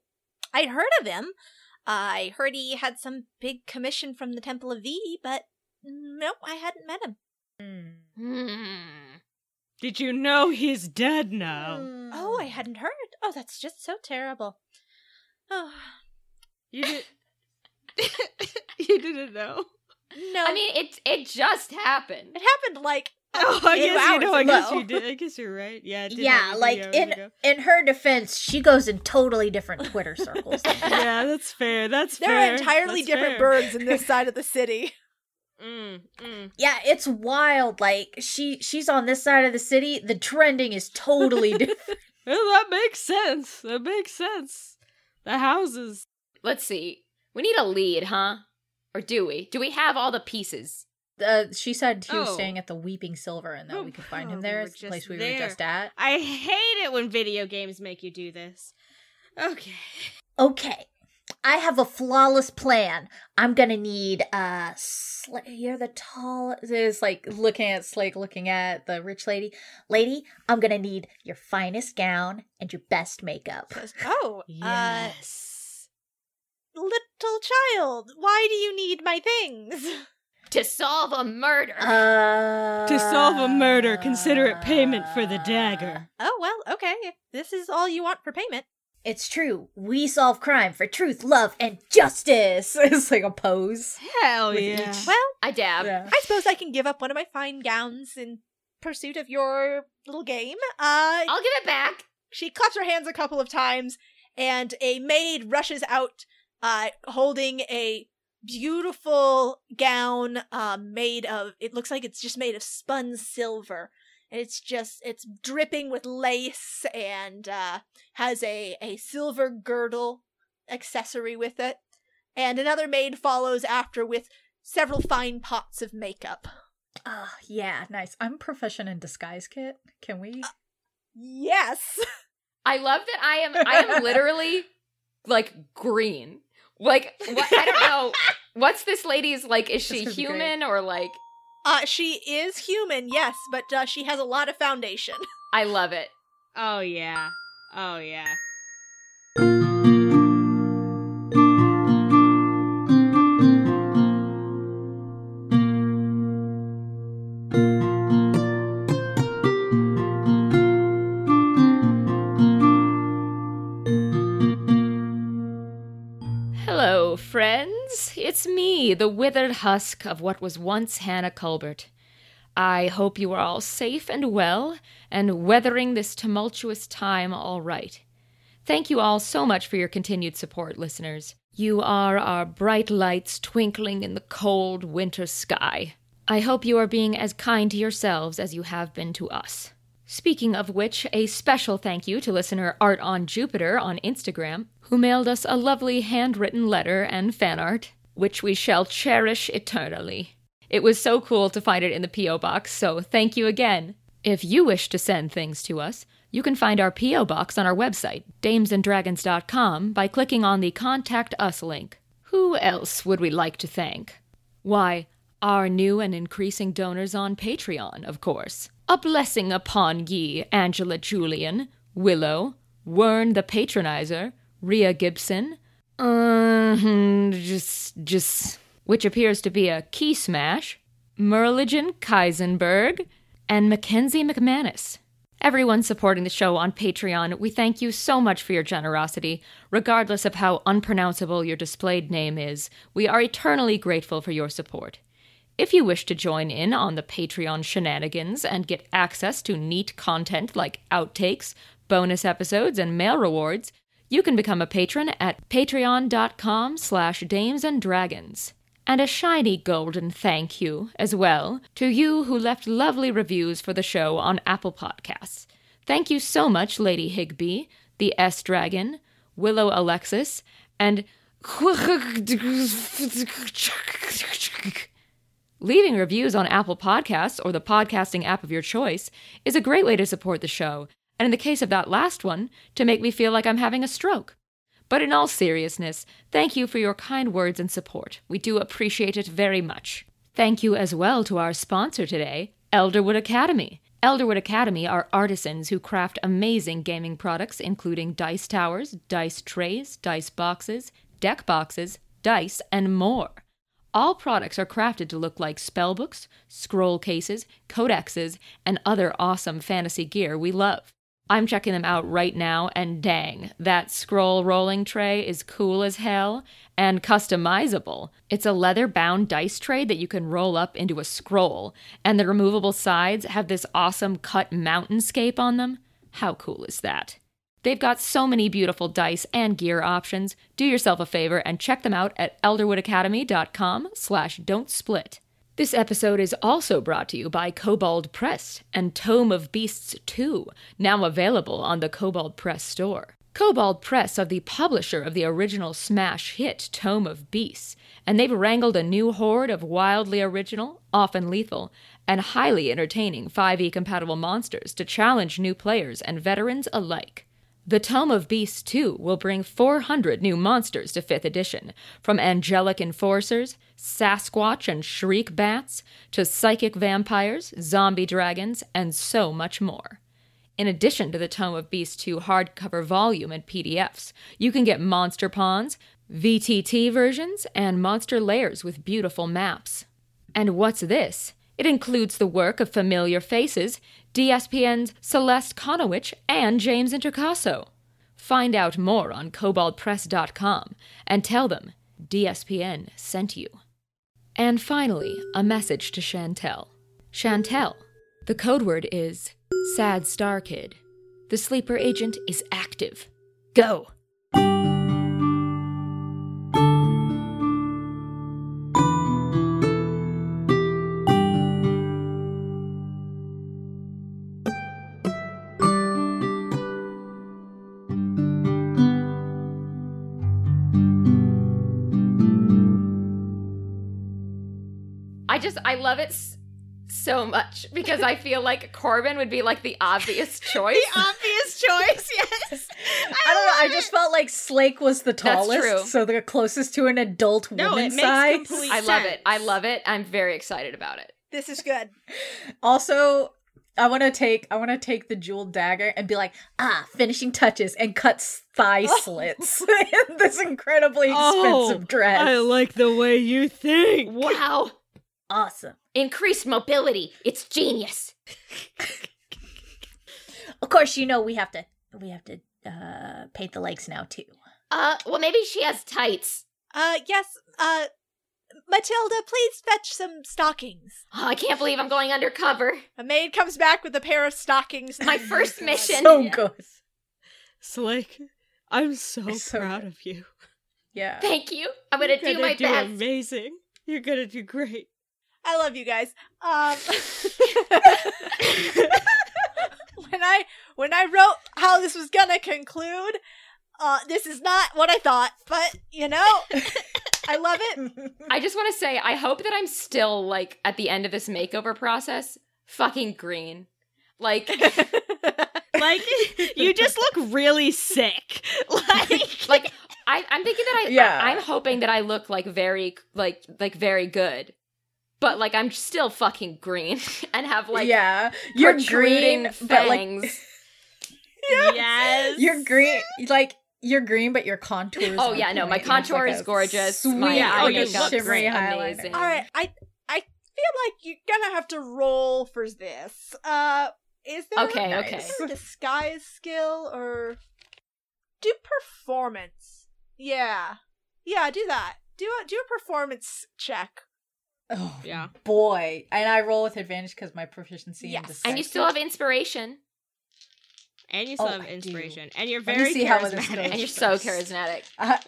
[SPEAKER 4] I'd heard of him. I heard he had some big commission from the Temple of V, but nope, I hadn't met him.
[SPEAKER 3] Hmm.
[SPEAKER 5] Did you know he's dead now?
[SPEAKER 2] Mm.
[SPEAKER 4] Oh, I hadn't heard. Oh, that's just so terrible. Oh
[SPEAKER 5] You did. you didn't know.
[SPEAKER 4] no,
[SPEAKER 3] I mean, it it just happened.
[SPEAKER 4] it happened like
[SPEAKER 5] Oh, I
[SPEAKER 4] two
[SPEAKER 5] guess you
[SPEAKER 4] hours
[SPEAKER 5] know. I guess
[SPEAKER 4] ago.
[SPEAKER 5] you did. I guess you're right. Yeah. It did
[SPEAKER 2] yeah,
[SPEAKER 5] happen
[SPEAKER 2] like
[SPEAKER 5] three hours
[SPEAKER 2] in
[SPEAKER 5] ago.
[SPEAKER 2] in her defense, she goes in totally different Twitter circles.
[SPEAKER 5] yeah, that's fair. That's
[SPEAKER 4] There
[SPEAKER 5] fair.
[SPEAKER 4] are entirely
[SPEAKER 5] That's
[SPEAKER 4] different
[SPEAKER 5] fair.
[SPEAKER 4] birds in this side of the city.
[SPEAKER 5] Mm, mm.
[SPEAKER 2] yeah, it's wild. Like she she's on this side of the city. The trending is totally different.
[SPEAKER 5] Well, that makes sense. That makes sense. The houses.
[SPEAKER 3] Let's see. We need a lead, huh? Or do we? Do we have all the pieces?
[SPEAKER 6] Uh, she said he was
[SPEAKER 5] Oh.
[SPEAKER 6] staying at the Weeping Silver and that
[SPEAKER 5] Oh,
[SPEAKER 6] we could find
[SPEAKER 5] oh,
[SPEAKER 6] him
[SPEAKER 5] we
[SPEAKER 6] there.
[SPEAKER 5] were
[SPEAKER 6] It's the
[SPEAKER 5] just
[SPEAKER 6] place we
[SPEAKER 5] there.
[SPEAKER 6] were just at.
[SPEAKER 5] I hate it when video games make you do this. Okay.
[SPEAKER 2] Okay. I have a flawless plan. I'm gonna need uh sl- you're the tall
[SPEAKER 6] Is like looking at Slake, looking at the rich lady.
[SPEAKER 2] lady, I'm gonna need your finest gown and your best makeup.
[SPEAKER 4] Says, oh,
[SPEAKER 5] Yes.
[SPEAKER 4] uh, little child, why do you need my things?
[SPEAKER 3] To solve a murder.
[SPEAKER 2] Uh
[SPEAKER 5] to solve a murder, consider it payment for the dagger.
[SPEAKER 4] Oh, well, okay. If this is all you want for payment.
[SPEAKER 2] It's true. We solve crime for truth, love, and justice.
[SPEAKER 6] it's like a pose.
[SPEAKER 5] Hell
[SPEAKER 6] With
[SPEAKER 5] yeah.
[SPEAKER 6] each-
[SPEAKER 4] Well,
[SPEAKER 3] I dab.
[SPEAKER 6] Yeah.
[SPEAKER 4] I suppose I can give up one of my fine gowns in pursuit of your little game. Uh,
[SPEAKER 3] I'll give it back.
[SPEAKER 4] she claps her hands a couple of times, and a maid rushes out, uh, holding a beautiful gown uh, made of. It looks like it's just made of spun silver, and it's just it's dripping with lace and uh, has a a silver girdle accessory with it. And another maid follows after with several fine pots of makeup.
[SPEAKER 6] Oh,
[SPEAKER 2] Ah,
[SPEAKER 6] yeah, nice. I'm proficient in disguise kit. Can we?
[SPEAKER 4] Yes.
[SPEAKER 3] I love that I am I am literally like green. Like what I don't know. What's this lady's like is she
[SPEAKER 6] gonna be
[SPEAKER 3] human or like
[SPEAKER 4] Uh, she is human, yes, but uh, she has a lot of foundation.
[SPEAKER 3] I love it.
[SPEAKER 5] Oh yeah. Oh yeah.
[SPEAKER 3] Hello, friends. It's me, the withered husk of what was once Hannah Culbert. I hope you are all safe and well, and weathering this tumultuous time all right. Thank you all so much for your continued support, listeners. You are our bright lights twinkling in the cold winter sky. I hope you are being as kind to yourselves as you have been to us. Speaking of which, a special thank you to listener Art on Jupiter on Instagram, who mailed us a lovely handwritten letter and fan art, which we shall cherish eternally. It was so cool to find it in the P.O. Box, so thank you again. If you wish to send things to us, you can find our P.O. Box on our website, damesanddragons.com, by clicking on the Contact Us link. Who else would we like to thank? Why, our new and increasing donors on Patreon, of course. A blessing upon ye, Angela Julian, Willow, Wern the Patronizer, Rhea Gibson, uh, hmm, just, just, which appears to be a key smash, Merligen Keisenberg, and Mackenzie McManus. Everyone supporting the show on Patreon, we thank you so much for your generosity. Regardless of how unpronounceable your displayed name is, we are eternally grateful for your support. If you wish to join in on the Patreon shenanigans and get access to neat content like outtakes, bonus episodes, and mail rewards, you can become a patron at patreon.com slash dames and dragons. And a shiny golden thank you as well to you who left lovely reviews for the show on Apple Podcasts. Thank you so much, Lady Higby, the S Dragon, Willow Alexis, and Leaving reviews on Apple Podcasts or the podcasting app of your choice is a great way to support the show, and in the case of that last one, to make me feel like I'm having a stroke. But in all seriousness, thank you for your kind words and support. We do appreciate it very much. Thank you as well to our sponsor today, Elderwood Academy. Elderwood Academy are artisans who craft amazing gaming products, including dice towers, dice trays, dice boxes, deck boxes, dice, and more. All products are crafted to look like spellbooks, scroll cases, codexes, and other awesome fantasy gear we love. I'm checking them out right now, and dang, that scroll rolling tray is cool as hell and customizable. It's a leather bound dice tray that you can roll up into a scroll, and the removable sides have this awesome cut mountainscape on them. How cool is that? They've got so many beautiful dice and gear options. Do yourself a favor and check them out at elderwoodacademy.com slash don't split. This episode is also brought to you by Kobold Press and Tome of Beasts 2, now available on the Kobold Press store.
[SPEAKER 1] Cobalt Press are the publisher of the original smash hit Tome of Beasts, and they've wrangled a new horde of wildly original, often lethal, and highly entertaining 5e compatible monsters to challenge new players and veterans alike. The Tome of Beasts 2 will bring 400 new monsters to 5th edition, from angelic enforcers, Sasquatch and shriek bats, to psychic vampires, zombie dragons, and so much more. In addition to the Tome of Beasts 2 hardcover volume and PDFs, you can get Monster Pawns, VTT versions, and Monster Layers with beautiful maps. And what's this? It includes the work of familiar faces, DSPN's Celeste Konowich and James Intercasso. Find out more on koboldpress.com and tell them DSPN sent you. And finally, a message to Chantel. Chantel, the code word is Sad Star Kid. The sleeper agent is active. Go!
[SPEAKER 3] I just I love it s- so much because I feel like Corbin would be like the obvious choice.
[SPEAKER 4] The obvious choice, yes.
[SPEAKER 2] I don't know. I just felt like Slake was the
[SPEAKER 3] That's
[SPEAKER 2] tallest,
[SPEAKER 3] true.
[SPEAKER 2] so the closest to an adult
[SPEAKER 5] No, it
[SPEAKER 2] woman
[SPEAKER 5] makes
[SPEAKER 2] size.
[SPEAKER 5] complete-
[SPEAKER 3] I love it. I
[SPEAKER 5] sense.
[SPEAKER 3] love it. I'm very excited about it.
[SPEAKER 4] This is good.
[SPEAKER 2] Also, I want to take I want to take the jeweled dagger and be like, ah, finishing touches, and cut s- thigh slits in this incredibly
[SPEAKER 5] Oh,
[SPEAKER 2] expensive dress.
[SPEAKER 5] I like the way you think.
[SPEAKER 3] Wow.
[SPEAKER 2] awesome.
[SPEAKER 3] Increased mobility. It's genius.
[SPEAKER 2] Of course, you know we have to we have to uh, paint the legs now too.
[SPEAKER 3] Uh well maybe she has tights.
[SPEAKER 4] Uh, yes. Uh, Matilda, please fetch some stockings.
[SPEAKER 3] Oh, I can't believe I'm going undercover.
[SPEAKER 4] A maid comes back with a pair of stockings. Oh
[SPEAKER 3] My first mission.
[SPEAKER 2] So good.
[SPEAKER 5] Slake, I'm so,
[SPEAKER 2] It's so
[SPEAKER 5] proud
[SPEAKER 2] good.
[SPEAKER 5] of you.
[SPEAKER 2] Yeah.
[SPEAKER 3] Thank you. I'm gonna
[SPEAKER 5] You're
[SPEAKER 3] do my
[SPEAKER 5] do
[SPEAKER 3] best.
[SPEAKER 5] amazing. You're gonna do great.
[SPEAKER 4] I love you guys. Um, when I when I wrote how this was gonna conclude, uh, this is not what I thought, but you know, I love it.
[SPEAKER 3] I just want to say, I hope that I'm still like at the end of this makeover process, fucking green. Like,
[SPEAKER 5] Like you just look really sick. Like
[SPEAKER 3] like I, I'm thinking that I,
[SPEAKER 2] Yeah.
[SPEAKER 3] I, am hoping that I look like very, like, like very good, but like I'm still fucking green and have like
[SPEAKER 2] yeah, you're
[SPEAKER 3] protruding
[SPEAKER 2] green, but like
[SPEAKER 3] fangs.
[SPEAKER 5] yes.
[SPEAKER 2] you're green, like you're green, but your contours.
[SPEAKER 3] oh
[SPEAKER 2] are
[SPEAKER 3] yeah, no, my
[SPEAKER 2] great. You have,
[SPEAKER 3] contour
[SPEAKER 2] like,
[SPEAKER 3] is
[SPEAKER 2] a
[SPEAKER 3] gorgeous.
[SPEAKER 2] Sweet,
[SPEAKER 3] my
[SPEAKER 5] Yeah, oh,
[SPEAKER 3] eye
[SPEAKER 2] like,
[SPEAKER 5] you
[SPEAKER 2] a
[SPEAKER 5] look
[SPEAKER 3] makeup's
[SPEAKER 2] shimmery highlighter.
[SPEAKER 3] amazing.
[SPEAKER 4] All right, I I feel like you're gonna have to roll for this. Uh, is there
[SPEAKER 3] Okay,
[SPEAKER 2] Nice.
[SPEAKER 3] okay.
[SPEAKER 4] Is there a disguise skill or do performance? Yeah, yeah, do that. Do a do a performance check.
[SPEAKER 2] Oh
[SPEAKER 5] Yeah.
[SPEAKER 2] boy, and I roll with advantage because my proficiency.
[SPEAKER 4] Yes.
[SPEAKER 2] in deception.
[SPEAKER 3] And you still have inspiration,
[SPEAKER 5] And you still
[SPEAKER 2] Oh,
[SPEAKER 5] have
[SPEAKER 2] I do.
[SPEAKER 5] inspiration. And you're
[SPEAKER 2] Let me
[SPEAKER 5] very
[SPEAKER 2] see how this
[SPEAKER 5] charismatic.
[SPEAKER 2] goes.
[SPEAKER 3] and you're so charismatic.
[SPEAKER 2] I,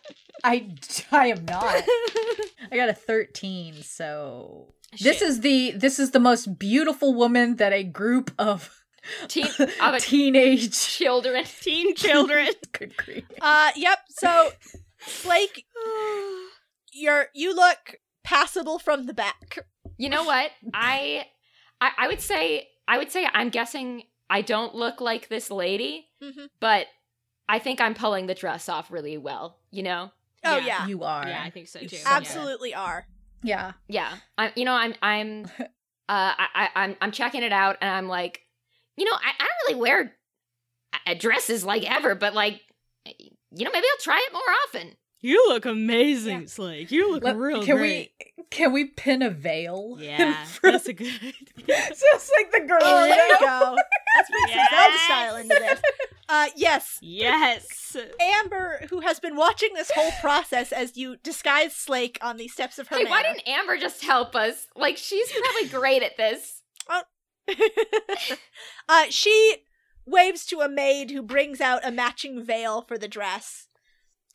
[SPEAKER 2] I, I am not. I got a thirteen, so this
[SPEAKER 3] Shit.
[SPEAKER 2] is the this is the most beautiful woman that a group of
[SPEAKER 3] Teen, of a
[SPEAKER 2] teenage
[SPEAKER 3] children.
[SPEAKER 5] teen children.
[SPEAKER 2] could create.
[SPEAKER 4] Uh, yep. So, Slake, you're you look passable from the back.
[SPEAKER 3] You know what? I, I I would say I would say I'm guessing I don't look like this lady,
[SPEAKER 4] Mhm.
[SPEAKER 3] but I think I'm pulling the dress off really well. You know?
[SPEAKER 4] Oh
[SPEAKER 5] Yeah.
[SPEAKER 4] yeah,
[SPEAKER 2] You are,
[SPEAKER 5] Yeah, I think so
[SPEAKER 2] You
[SPEAKER 5] too.
[SPEAKER 2] suck.
[SPEAKER 4] absolutely are.
[SPEAKER 2] yeah.
[SPEAKER 3] Yeah. I you know I'm I'm uh I, I I'm I'm checking it out and I'm like, you know I, I don't really wear uh, dresses like ever, but like you know maybe I'll try it more often.
[SPEAKER 5] You look amazing, Slake. You look
[SPEAKER 2] Let-
[SPEAKER 5] real
[SPEAKER 2] can
[SPEAKER 5] great.
[SPEAKER 2] we can we pin a veil? in
[SPEAKER 5] Yeah,
[SPEAKER 2] front-
[SPEAKER 5] that's a good idea.
[SPEAKER 2] Just like the girl.
[SPEAKER 4] Oh, there you
[SPEAKER 2] you know?
[SPEAKER 4] go. Let's bring
[SPEAKER 5] Yes.
[SPEAKER 4] some Zelda style into this. Uh, yes,
[SPEAKER 5] Yes.
[SPEAKER 4] Amber, who has been watching this whole process as you disguise Slake on the steps of her.
[SPEAKER 3] hey, why
[SPEAKER 4] manor.
[SPEAKER 3] didn't Amber just help us? Like she's probably great at this.
[SPEAKER 4] uh, she waves to a maid who brings out a matching veil for the dress.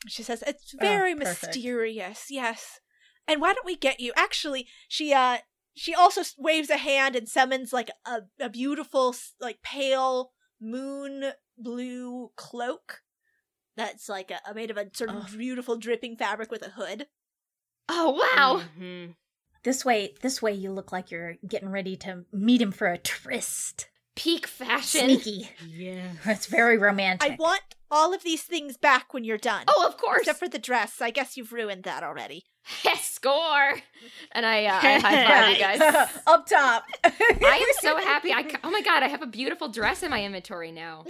[SPEAKER 4] She says,
[SPEAKER 3] Oh,
[SPEAKER 4] "It's very
[SPEAKER 2] perfect.
[SPEAKER 4] mysterious, yes. And why don't we get you? Actually, she uh, she also s- waves a hand and summons like a a beautiful s- like pale moon blue cloak that's like a, made of a sort of
[SPEAKER 10] Ugh.
[SPEAKER 4] beautiful dripping fabric with a hood.
[SPEAKER 3] Oh wow.
[SPEAKER 5] Mhm.
[SPEAKER 2] This way, this way, you look like you're getting ready to meet him for a tryst.
[SPEAKER 3] Peak fashion.
[SPEAKER 2] Sneaky.
[SPEAKER 5] Yeah.
[SPEAKER 2] It's very
[SPEAKER 4] I
[SPEAKER 2] romantic.
[SPEAKER 4] want all of these things back when you're done.
[SPEAKER 3] Oh, of course.
[SPEAKER 4] except for the dress. I guess you've ruined that already.
[SPEAKER 3] score. And I, uh, I high five you guys.
[SPEAKER 2] Up top.
[SPEAKER 3] I am so happy. I ca- oh my god, I have a beautiful dress in my inventory now.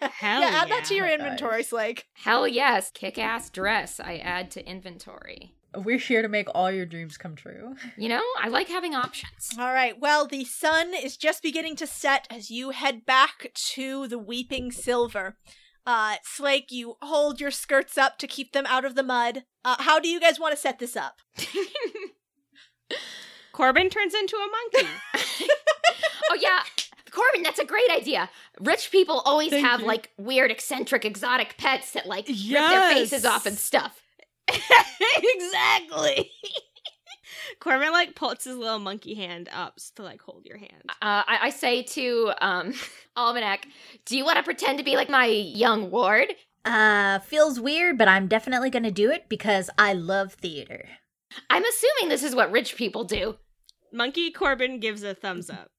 [SPEAKER 5] Hell
[SPEAKER 4] yeah, add that to
[SPEAKER 5] yeah.
[SPEAKER 4] your
[SPEAKER 2] Oh my God.
[SPEAKER 4] inventory, Slake.
[SPEAKER 3] Hell yes, kick ass dress. I add to inventory.
[SPEAKER 10] We're here to make all your dreams come true.
[SPEAKER 3] You know, I like having options.
[SPEAKER 4] All right. Well, the sun is just beginning to set as you head back to the Weeping Silver. Uh, Slake, you hold your skirts up to keep them out of the mud. Uh, how do you guys want to set this up?
[SPEAKER 5] Corbin turns into a monkey.
[SPEAKER 3] Oh yeah, Corbin, that's a great idea. Rich people always
[SPEAKER 5] Thank
[SPEAKER 3] have
[SPEAKER 5] you.
[SPEAKER 3] like weird, eccentric, exotic pets that like rip their
[SPEAKER 5] Yes.
[SPEAKER 3] faces off and stuff.
[SPEAKER 5] exactly. Corbin like pulls his little monkey hand up s- to like hold your hand.
[SPEAKER 3] Uh, I, I say to um, Almanac, do you want to pretend to be like my young ward?
[SPEAKER 2] Uh, feels weird, but I'm definitely gonna do it because I love theater.
[SPEAKER 3] I'm assuming this is what rich people do.
[SPEAKER 5] Monkey Corbin gives a thumbs up.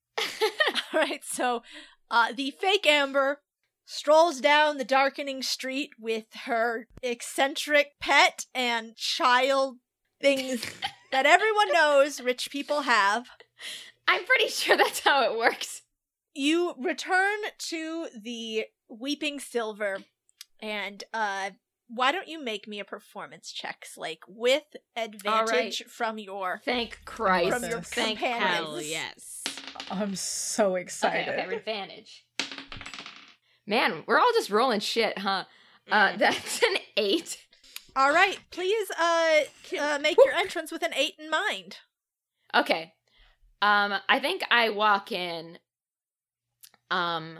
[SPEAKER 4] All right. So, uh, the fake Amber strolls down the darkening street with her eccentric pet and child things that everyone knows rich people have.
[SPEAKER 3] I'm pretty sure that's how it works.
[SPEAKER 4] you return to the weeping silver and uh why don't you make me a performance check slake with advantage from your
[SPEAKER 3] Thank Christ.
[SPEAKER 4] from your
[SPEAKER 3] Thank
[SPEAKER 4] companions.
[SPEAKER 3] hell.
[SPEAKER 5] Hell yes.
[SPEAKER 10] I'm so
[SPEAKER 3] Okay,
[SPEAKER 10] excited.
[SPEAKER 3] okay, advantage. Man, we're all just rolling shit, huh? Uh,
[SPEAKER 4] Mm-hmm.
[SPEAKER 3] that's an eight.
[SPEAKER 4] all right please uh, uh make your entrance with an eight in mind
[SPEAKER 3] Okay. Um, I think I walk in. Um,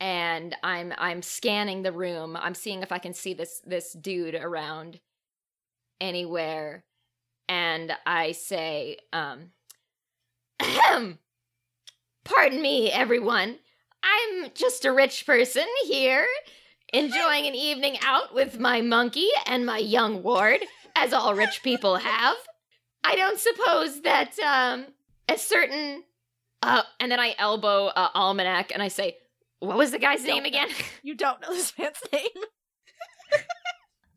[SPEAKER 3] and I'm I'm scanning the room. I'm seeing if I can see this this dude around anywhere, and I say, um, pardon me, everyone. I'm just a rich person here, enjoying an evening out with my monkey and my young ward, as all rich people have. I don't suppose that um a certain uh and then I elbow uh, almanac and I say, "What was the guy's name again?"
[SPEAKER 4] you don't know this man's name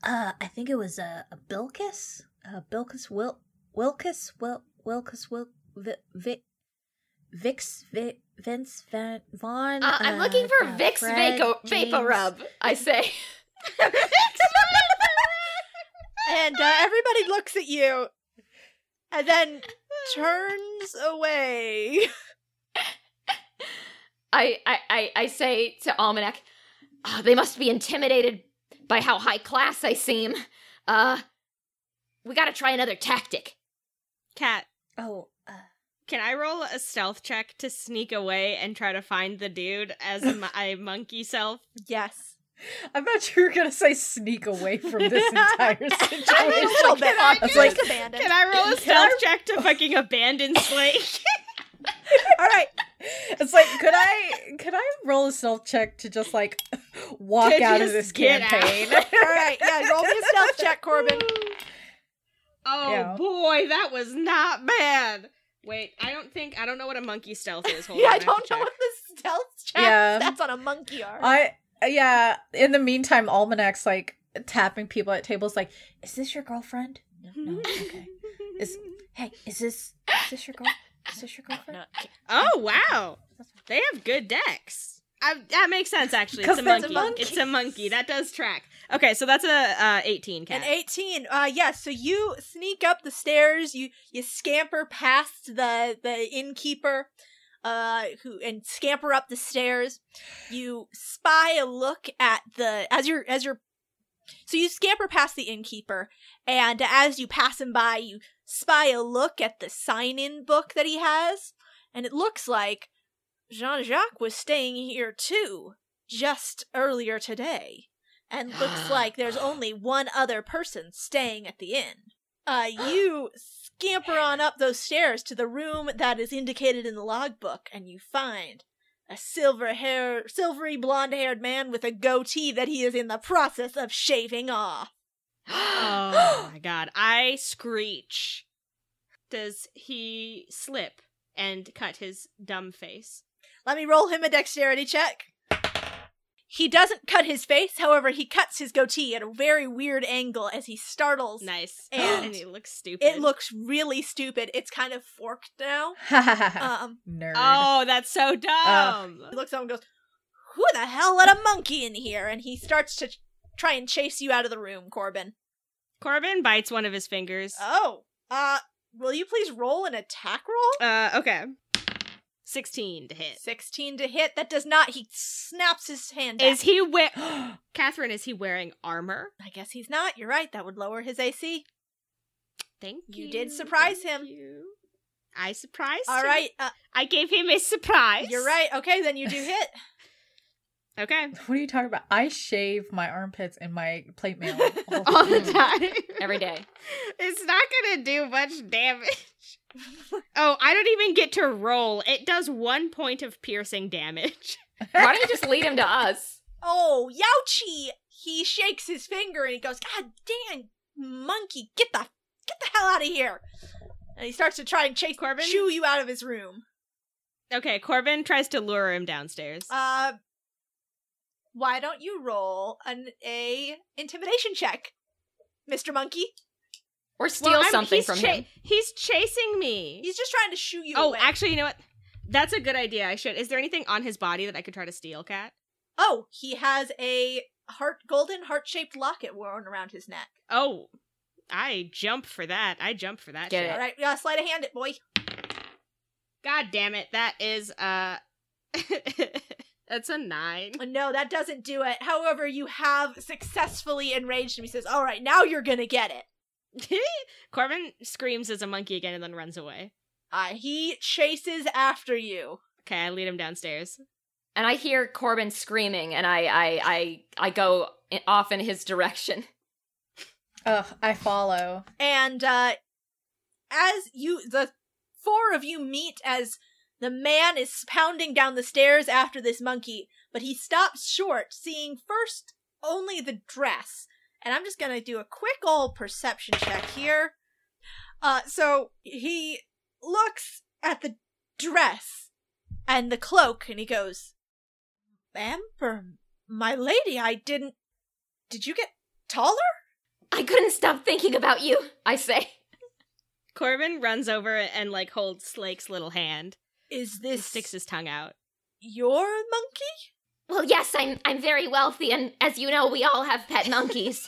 [SPEAKER 2] Uh, I think it was a, a Bilkis, uh, Bilkis Wil, Wilkis Wil, Wilkis Wil, Vi, Vi, Vix, Vi, Vince Van Vaughn.
[SPEAKER 3] Uh, I'm looking for
[SPEAKER 2] uh,
[SPEAKER 3] Vicks
[SPEAKER 2] Fred,
[SPEAKER 3] Vaco-
[SPEAKER 2] James-
[SPEAKER 3] Vapor Rub. I say,
[SPEAKER 4] and uh, everybody looks at you and then turns away
[SPEAKER 3] I, I I I say to almanac, oh, "They must be intimidated by how high class I seem." Uh, we got to try another tactic.
[SPEAKER 5] Cat,
[SPEAKER 2] Oh, uh,
[SPEAKER 5] can I roll a stealth check to sneak away and try to find the dude as my monkey self?
[SPEAKER 4] yes
[SPEAKER 10] I thought you were gonna say sneak away from this entire situation.
[SPEAKER 4] i mean a little bit
[SPEAKER 10] I
[SPEAKER 4] it's
[SPEAKER 10] just-
[SPEAKER 4] like abandoned
[SPEAKER 5] Can I roll a stealth check to fucking abandon Slake?
[SPEAKER 10] All right. It's like, could I could I roll a self check to just like walk
[SPEAKER 5] To
[SPEAKER 10] out of
[SPEAKER 5] just
[SPEAKER 10] this
[SPEAKER 5] get out.
[SPEAKER 10] campaign?
[SPEAKER 4] All right, yeah, roll me a stealth check, Corbin.
[SPEAKER 5] Oh
[SPEAKER 10] Yeah.
[SPEAKER 5] boy, that was not bad. Wait, I don't think I don't know what a monkey stealth is. Hold
[SPEAKER 4] yeah,
[SPEAKER 5] on,
[SPEAKER 4] I
[SPEAKER 5] have
[SPEAKER 4] don't
[SPEAKER 5] to
[SPEAKER 4] know
[SPEAKER 5] check. Oh,
[SPEAKER 4] what the stealth check.
[SPEAKER 10] Yeah.
[SPEAKER 4] That's on a monkey arm.
[SPEAKER 10] I yeah. In the meantime, Almanac's like tapping people at tables, like,
[SPEAKER 2] is this your girlfriend? No, no, okay. Is hey, is this is this your girl? Is this your girlfriend?
[SPEAKER 5] Oh wow, they have good decks. I, that makes sense actually. It's
[SPEAKER 10] 'Cause
[SPEAKER 5] a
[SPEAKER 10] that's
[SPEAKER 5] monkey.
[SPEAKER 10] a monkey.
[SPEAKER 5] It's a monkey. That does track. Okay, so that's a uh, eighteen cat.
[SPEAKER 4] An eighteen. Uh, yeah. So you sneak up the stairs. You you scamper past the the innkeeper, uh, who and scamper up the stairs. You spy a look at the as you're as you're. So you scamper past the innkeeper, and as you pass him by, you spy a look at the sign-in book that he has, and it looks like Jean-Jacques was staying here too, just earlier today and looks like there's only one other person staying at the inn. Uh, you scamper on up those stairs to the room that is indicated in the logbook, and you find a silver hair silvery blonde haired man with a goatee that he is in the process of shaving off.
[SPEAKER 5] oh my god. I screech. Does he slip and cut his dumb face?
[SPEAKER 4] Let me roll him a dexterity check. He doesn't cut his face, however, he cuts his goatee at a very weird angle as he startles.
[SPEAKER 5] Nice.
[SPEAKER 4] And
[SPEAKER 5] And, he looks stupid.
[SPEAKER 4] It looks really stupid. It's kind of forked now.
[SPEAKER 2] Ha ha ha.
[SPEAKER 5] Uh,
[SPEAKER 2] ha.
[SPEAKER 4] Um,
[SPEAKER 2] Nerd.
[SPEAKER 5] Oh, that's so dumb.
[SPEAKER 4] he looks up and goes, Who the hell let a monkey in here? And he starts to ch- try and chase you out of the room, Corbin.
[SPEAKER 5] Corbin bites one of his fingers.
[SPEAKER 4] Oh, uh, will you please roll an attack roll?
[SPEAKER 5] Uh, okay. 16 to hit.
[SPEAKER 4] 16 to hit. That does not. He snaps his hand.
[SPEAKER 5] Is
[SPEAKER 4] back.
[SPEAKER 5] he wear Catherine, is he wearing armor?
[SPEAKER 4] I guess he's not. You're right. That would lower his AC.
[SPEAKER 5] Thank you.
[SPEAKER 4] You did surprise
[SPEAKER 5] thank
[SPEAKER 4] him.
[SPEAKER 5] you. I surprised
[SPEAKER 4] All
[SPEAKER 5] him.
[SPEAKER 4] right. Uh,
[SPEAKER 5] I gave him a surprise.
[SPEAKER 4] you're right. Okay, then you do hit.
[SPEAKER 5] Okay.
[SPEAKER 6] What are you talking about? I shave my armpits and my plate mail all
[SPEAKER 5] All
[SPEAKER 6] the
[SPEAKER 5] the
[SPEAKER 4] Hmm.
[SPEAKER 6] time.
[SPEAKER 5] time.
[SPEAKER 3] every day.
[SPEAKER 5] It's not going to do much damage. Oh, I don't even get to roll. It does one point of piercing damage.
[SPEAKER 3] Why don't you just lead him to us?
[SPEAKER 4] Oh, Youchie! He shakes his finger and he goes, God damn, monkey, get the get the hell out of here! And he starts to try and chase
[SPEAKER 5] Corbin?
[SPEAKER 4] chew you out of his room.
[SPEAKER 5] Okay, Corbin tries to lure him downstairs.
[SPEAKER 4] Uh, why don't you roll an a intimidation check, Mister Monkey?
[SPEAKER 3] Or steal
[SPEAKER 5] Well, I'm-
[SPEAKER 3] something
[SPEAKER 5] he's
[SPEAKER 3] from
[SPEAKER 5] cha-
[SPEAKER 3] him.
[SPEAKER 5] He's chasing me.
[SPEAKER 4] He's just trying to shoo you.
[SPEAKER 5] oh,
[SPEAKER 4] away.
[SPEAKER 5] actually, you know what? That's a good idea. I should. Is there anything on his body that I could try to steal, Cat?
[SPEAKER 4] oh, he has a heart golden heart shaped locket worn around his neck.
[SPEAKER 5] Oh, I jump for that. I jump for that
[SPEAKER 3] Get
[SPEAKER 5] shit.
[SPEAKER 3] it.
[SPEAKER 4] All right, uh, slide a hand, it boy.
[SPEAKER 5] God damn it. That is, uh, that's a nine.
[SPEAKER 4] No, that doesn't do it. However, you have successfully enraged him. He says, All right, now you're going to get it.
[SPEAKER 5] Corbin screams as a monkey again and then runs away.
[SPEAKER 4] Uh, he chases after you.
[SPEAKER 5] Okay, I lead him downstairs.
[SPEAKER 3] And I hear Corbin screaming, and I I I, I go i- off in his direction.
[SPEAKER 6] Ugh, I follow.
[SPEAKER 4] And uh, as you, the four of you meet as the man is pounding down the stairs after this monkey, but he stops short, seeing first only the dress. And I'm just going to do a quick old perception check here. Uh, so he looks at the dress and the cloak and he goes, Amber, my lady, I didn't. Did you get taller?
[SPEAKER 3] I couldn't stop thinking about you. I say,
[SPEAKER 5] Corbin runs over and, like, holds Slake's little hand.
[SPEAKER 4] Is
[SPEAKER 5] He
[SPEAKER 4] this
[SPEAKER 5] sticks his tongue out.
[SPEAKER 4] your monkey?
[SPEAKER 3] well, yes, I'm I'm very wealthy, and as you know, we all have pet monkeys.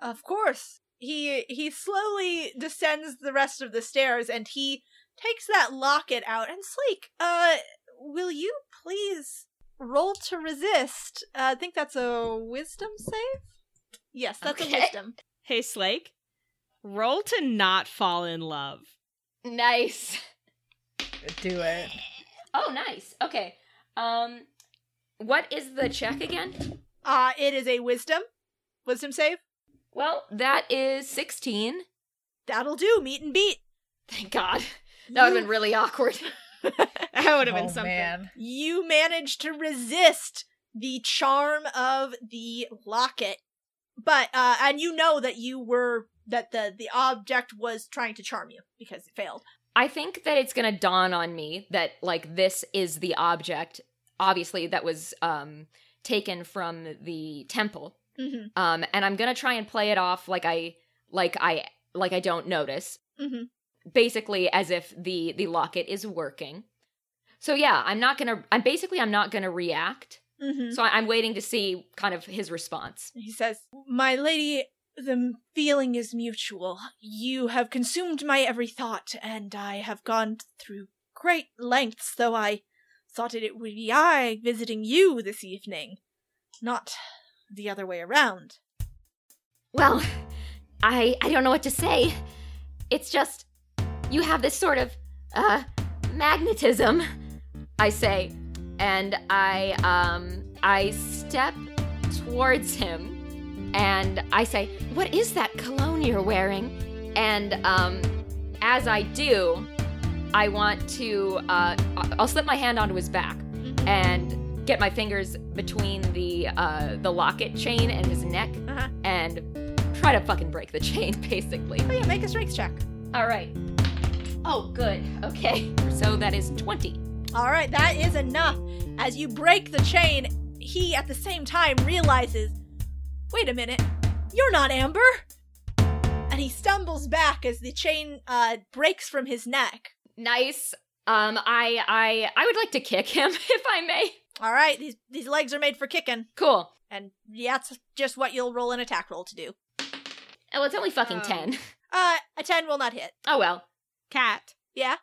[SPEAKER 4] Of course. He he slowly descends the rest of the stairs and he takes that locket out and Slake, uh will you please roll to resist? Uh, I think that's a wisdom save. Yes, that's
[SPEAKER 3] Okay.
[SPEAKER 4] a wisdom.
[SPEAKER 5] Hey, Slake, roll to not fall in love.
[SPEAKER 3] nice.
[SPEAKER 6] Do it.
[SPEAKER 3] Oh, nice. Okay. Um, what is the check again?
[SPEAKER 4] Uh it is a wisdom. Wisdom save.
[SPEAKER 3] Well, that is sixteen.
[SPEAKER 4] That'll do. Meet and beat.
[SPEAKER 3] Thank God. That would have been really awkward.
[SPEAKER 5] That would have been
[SPEAKER 6] Oh,
[SPEAKER 5] something.
[SPEAKER 6] man.
[SPEAKER 4] You manage to resist the charm of the locket. But uh and you know that you were that the the object was trying to charm you because it failed.
[SPEAKER 3] I think that it's gonna dawn on me that like this is the object, obviously that was um taken from the temple.
[SPEAKER 4] Mhm.
[SPEAKER 3] Um, and I'm gonna try and play it off like I like I like I don't notice.
[SPEAKER 4] Mhm.
[SPEAKER 3] Basically, as if the the locket is working. So yeah, I'm not gonna. I'm basically I'm not gonna react.
[SPEAKER 4] Mhm.
[SPEAKER 3] So I- I'm waiting to see kind of his response.
[SPEAKER 4] He says, "My lady, the feeling is mutual. You have consumed my every thought and I have gone through great lengths though I thought it would be I visiting you this evening, not the other way around."
[SPEAKER 3] Well, I I don't know what to say. It's just you have this sort of uh magnetism, I say, and I um I step towards him and I say, "What is that cologne you're wearing?" And um as I do, I want to uh I- I'll slip my hand onto his back
[SPEAKER 4] Mm-hmm.
[SPEAKER 3] and get my fingers between the uh, the locket chain and his neck
[SPEAKER 4] Uh-huh.
[SPEAKER 3] and try to fucking break the chain, basically.
[SPEAKER 4] Oh yeah, make a strength check.
[SPEAKER 3] All right. Oh, good. Okay. So that is 20.
[SPEAKER 4] All right, that is enough. As you break the chain, he at the same time realizes, wait a minute, you're not Amber. And he stumbles back as the chain uh, breaks from his neck.
[SPEAKER 3] Nice. Um, I, I, I would like to kick him if I may.
[SPEAKER 4] All right, these these legs are made for kicking,
[SPEAKER 3] Cool.
[SPEAKER 4] and that's just what you'll roll an attack roll to do.
[SPEAKER 3] Oh, well, it's only fucking
[SPEAKER 5] Um.
[SPEAKER 3] 10.
[SPEAKER 4] Uh, a ten will not hit.
[SPEAKER 3] Oh, well.
[SPEAKER 5] Cat.
[SPEAKER 4] Yeah?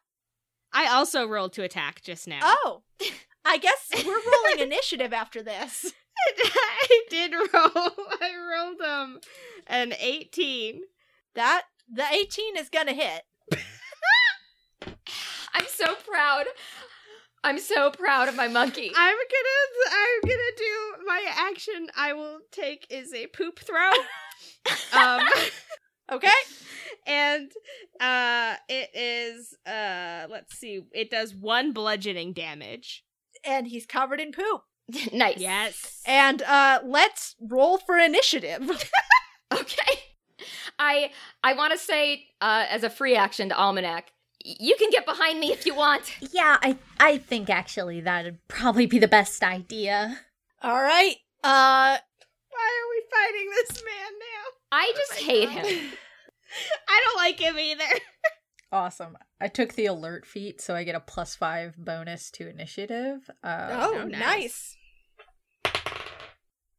[SPEAKER 5] I also rolled to attack just now.
[SPEAKER 4] Oh, I guess we're rolling initiative after this.
[SPEAKER 5] I did roll. I rolled um an 18.
[SPEAKER 4] That the eighteen is gonna hit.
[SPEAKER 3] I'm so proud. I'm so proud of my monkey.
[SPEAKER 5] I'm gonna I'm gonna do my action I will take is a poop throw. um
[SPEAKER 4] Okay,
[SPEAKER 5] and uh it is uh let's see, it does one bludgeoning damage.
[SPEAKER 4] and he's covered in poop.
[SPEAKER 3] nice.
[SPEAKER 5] Yes.
[SPEAKER 4] And uh, let's roll for initiative.
[SPEAKER 3] Okay. I I want to say uh, as a free action to Almanac, y- you can get behind me if you want.
[SPEAKER 11] Yeah, I I think actually that'd probably be the best idea.
[SPEAKER 4] All right.
[SPEAKER 5] Why
[SPEAKER 4] Uh,
[SPEAKER 5] are we fighting this man now? Oh
[SPEAKER 3] I just hate him.
[SPEAKER 5] I don't like him either.
[SPEAKER 2] Awesome. I took the alert feat, so I get a plus five bonus to initiative. Uh,
[SPEAKER 4] oh,
[SPEAKER 5] so nice.
[SPEAKER 4] nice.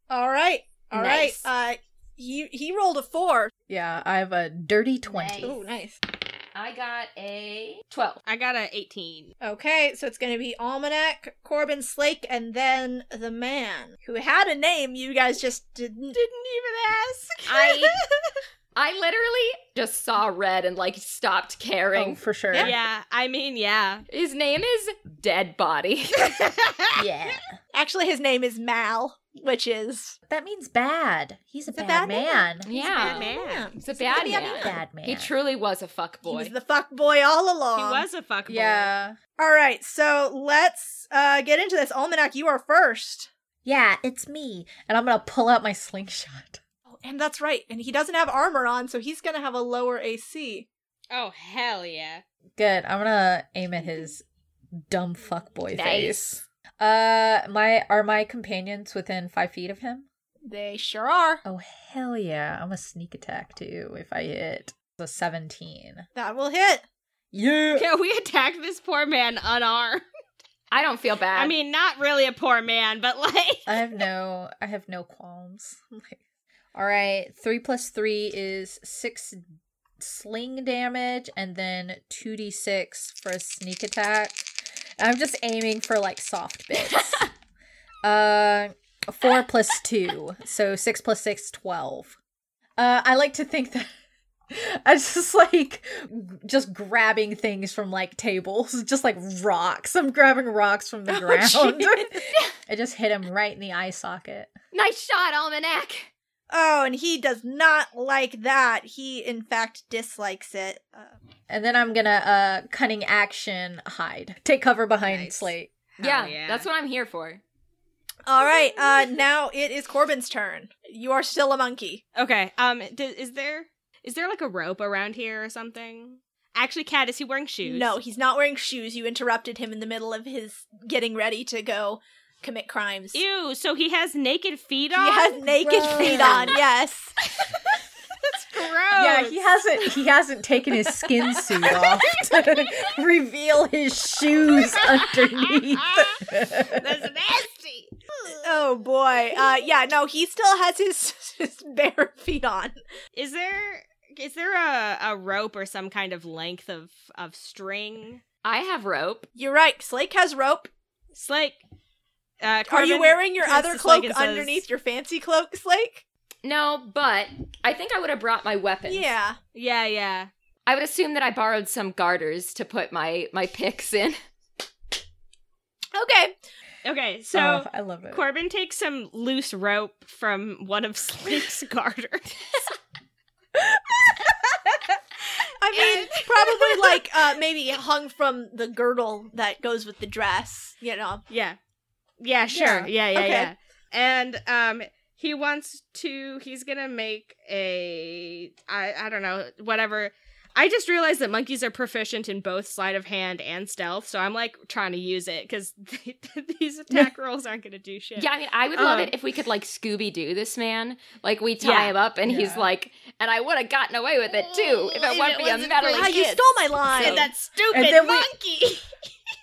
[SPEAKER 4] All right. all right.
[SPEAKER 3] Nice.
[SPEAKER 4] Uh, he he rolled a four.
[SPEAKER 2] Yeah, I have a dirty 20.
[SPEAKER 11] Nice.
[SPEAKER 4] Ooh, nice.
[SPEAKER 3] I got a 12.
[SPEAKER 5] I got a 18.
[SPEAKER 4] Okay, so it's going to be Almanac, Corbin Slake, and then the man who had a name you guys just didn't.
[SPEAKER 5] Didn't even ask.
[SPEAKER 3] I I literally just saw red and like stopped
[SPEAKER 2] Oh,
[SPEAKER 3] caring.
[SPEAKER 2] for sure.
[SPEAKER 5] Yeah, I mean, yeah.
[SPEAKER 3] His name is Dead Body.
[SPEAKER 11] Yeah.
[SPEAKER 4] Actually, his name is Mal, which is
[SPEAKER 11] That means bad. He's a
[SPEAKER 4] It's a
[SPEAKER 11] bad,
[SPEAKER 4] bad
[SPEAKER 11] man.
[SPEAKER 3] yeah.
[SPEAKER 5] man.
[SPEAKER 3] He's a bad
[SPEAKER 4] He's a bad
[SPEAKER 3] man.
[SPEAKER 11] Bad man.
[SPEAKER 3] He truly was a fuck
[SPEAKER 4] He
[SPEAKER 3] boy.
[SPEAKER 4] was the fuck boy all along.
[SPEAKER 5] He was a fuckboy.
[SPEAKER 2] Yeah.
[SPEAKER 4] All right, so let's uh, get into this. Almanac, you are first.
[SPEAKER 11] yeah, it's me.
[SPEAKER 2] And I'm going to pull out my slingshot.
[SPEAKER 4] Oh, and that's right. And he doesn't have armor on, so he's going to have a lower AC.
[SPEAKER 5] Oh, hell yeah.
[SPEAKER 2] Good. I'm going to aim at his dumb fuckboy
[SPEAKER 3] Nice.
[SPEAKER 2] face. Uh, my are my companions within five feet of him?
[SPEAKER 4] They sure are.
[SPEAKER 2] Oh hell yeah! I'm a sneak attack too. If I hit a 17,
[SPEAKER 4] That will hit.
[SPEAKER 2] yeah.
[SPEAKER 5] Yeah, we attacked this poor man unarmed.
[SPEAKER 3] I don't feel bad.
[SPEAKER 5] I mean, not really a poor man, but like.
[SPEAKER 2] I have no, I have no qualms. All right, three plus three is six sling damage, and then two d six for a sneak attack. I'm just aiming for like soft bits. uh, four plus two, so six plus six, twelve. Uh, I like to think that. I just like just grabbing things from like tables, just like rocks. I'm grabbing rocks from
[SPEAKER 4] Oh,
[SPEAKER 2] the ground. I just hit him right in the eye socket.
[SPEAKER 3] nice shot, Almanac.
[SPEAKER 4] Oh, and he does not like that. He, in fact, dislikes it. Uh,
[SPEAKER 2] And then I'm gonna uh cunning action hide. Take cover behind
[SPEAKER 5] Nice.
[SPEAKER 2] Slate.
[SPEAKER 3] Yeah,
[SPEAKER 5] Hell
[SPEAKER 3] that's what I'm here for.
[SPEAKER 4] all right, uh, now it is Corbin's turn. You are still a monkey.
[SPEAKER 5] Okay. Um, d- is there is there like a rope around here or something? Actually, Kat, is he wearing shoes?
[SPEAKER 4] No, he's not wearing shoes. You interrupted him in the middle of his getting ready to go commit crimes.
[SPEAKER 5] Ew. So he has naked feet
[SPEAKER 4] He
[SPEAKER 5] on.
[SPEAKER 4] has naked feet on, yes.
[SPEAKER 5] That's gross.
[SPEAKER 2] Yeah, he hasn't he hasn't taken his skin suit off to reveal his shoes underneath.
[SPEAKER 5] That's nasty.
[SPEAKER 4] Oh boy. Uh yeah, no, he still has his, his bare feet on.
[SPEAKER 5] Is there is there a, a rope or some kind of length of of string?
[SPEAKER 3] I have rope.
[SPEAKER 4] You're right. Slake has rope.
[SPEAKER 5] Slake. Uh,
[SPEAKER 4] Are you
[SPEAKER 5] Corbin
[SPEAKER 4] wearing your
[SPEAKER 5] turns
[SPEAKER 4] other
[SPEAKER 5] to Slake
[SPEAKER 4] cloak
[SPEAKER 5] and says-
[SPEAKER 4] underneath your fancy cloak, Slake?
[SPEAKER 3] No, but I think I would have brought my weapons.
[SPEAKER 4] Yeah.
[SPEAKER 5] Yeah, yeah.
[SPEAKER 3] I would assume that I borrowed some garters to put my my picks in.
[SPEAKER 4] Okay.
[SPEAKER 5] Okay, so
[SPEAKER 2] Oh, I love it.
[SPEAKER 5] Corbin takes some loose rope from one of Slake's garters.
[SPEAKER 4] I mean, probably like uh maybe hung from the girdle that goes with the dress, you know.
[SPEAKER 5] yeah. Yeah, sure. Yeah, yeah, yeah.
[SPEAKER 4] Okay.
[SPEAKER 5] And um he wants to he's going to make a I I don't know, whatever. I just realized that monkeys are proficient in both sleight of hand and stealth, so I'm like trying to use it cuz these attack rolls aren't going to do shit.
[SPEAKER 3] Yeah, I mean, I would love
[SPEAKER 5] Um,
[SPEAKER 3] it if we could like Scooby Doo this man. Like we tie
[SPEAKER 5] Yeah.
[SPEAKER 3] him up, and he's
[SPEAKER 6] Yeah.
[SPEAKER 3] like, and I would have gotten away with it too Oh, if it weren't for you meddling
[SPEAKER 4] Ah, you
[SPEAKER 3] kids.
[SPEAKER 4] stole my line.
[SPEAKER 3] So-
[SPEAKER 5] that
[SPEAKER 6] And
[SPEAKER 5] stupid
[SPEAKER 6] then we-
[SPEAKER 5] monkey.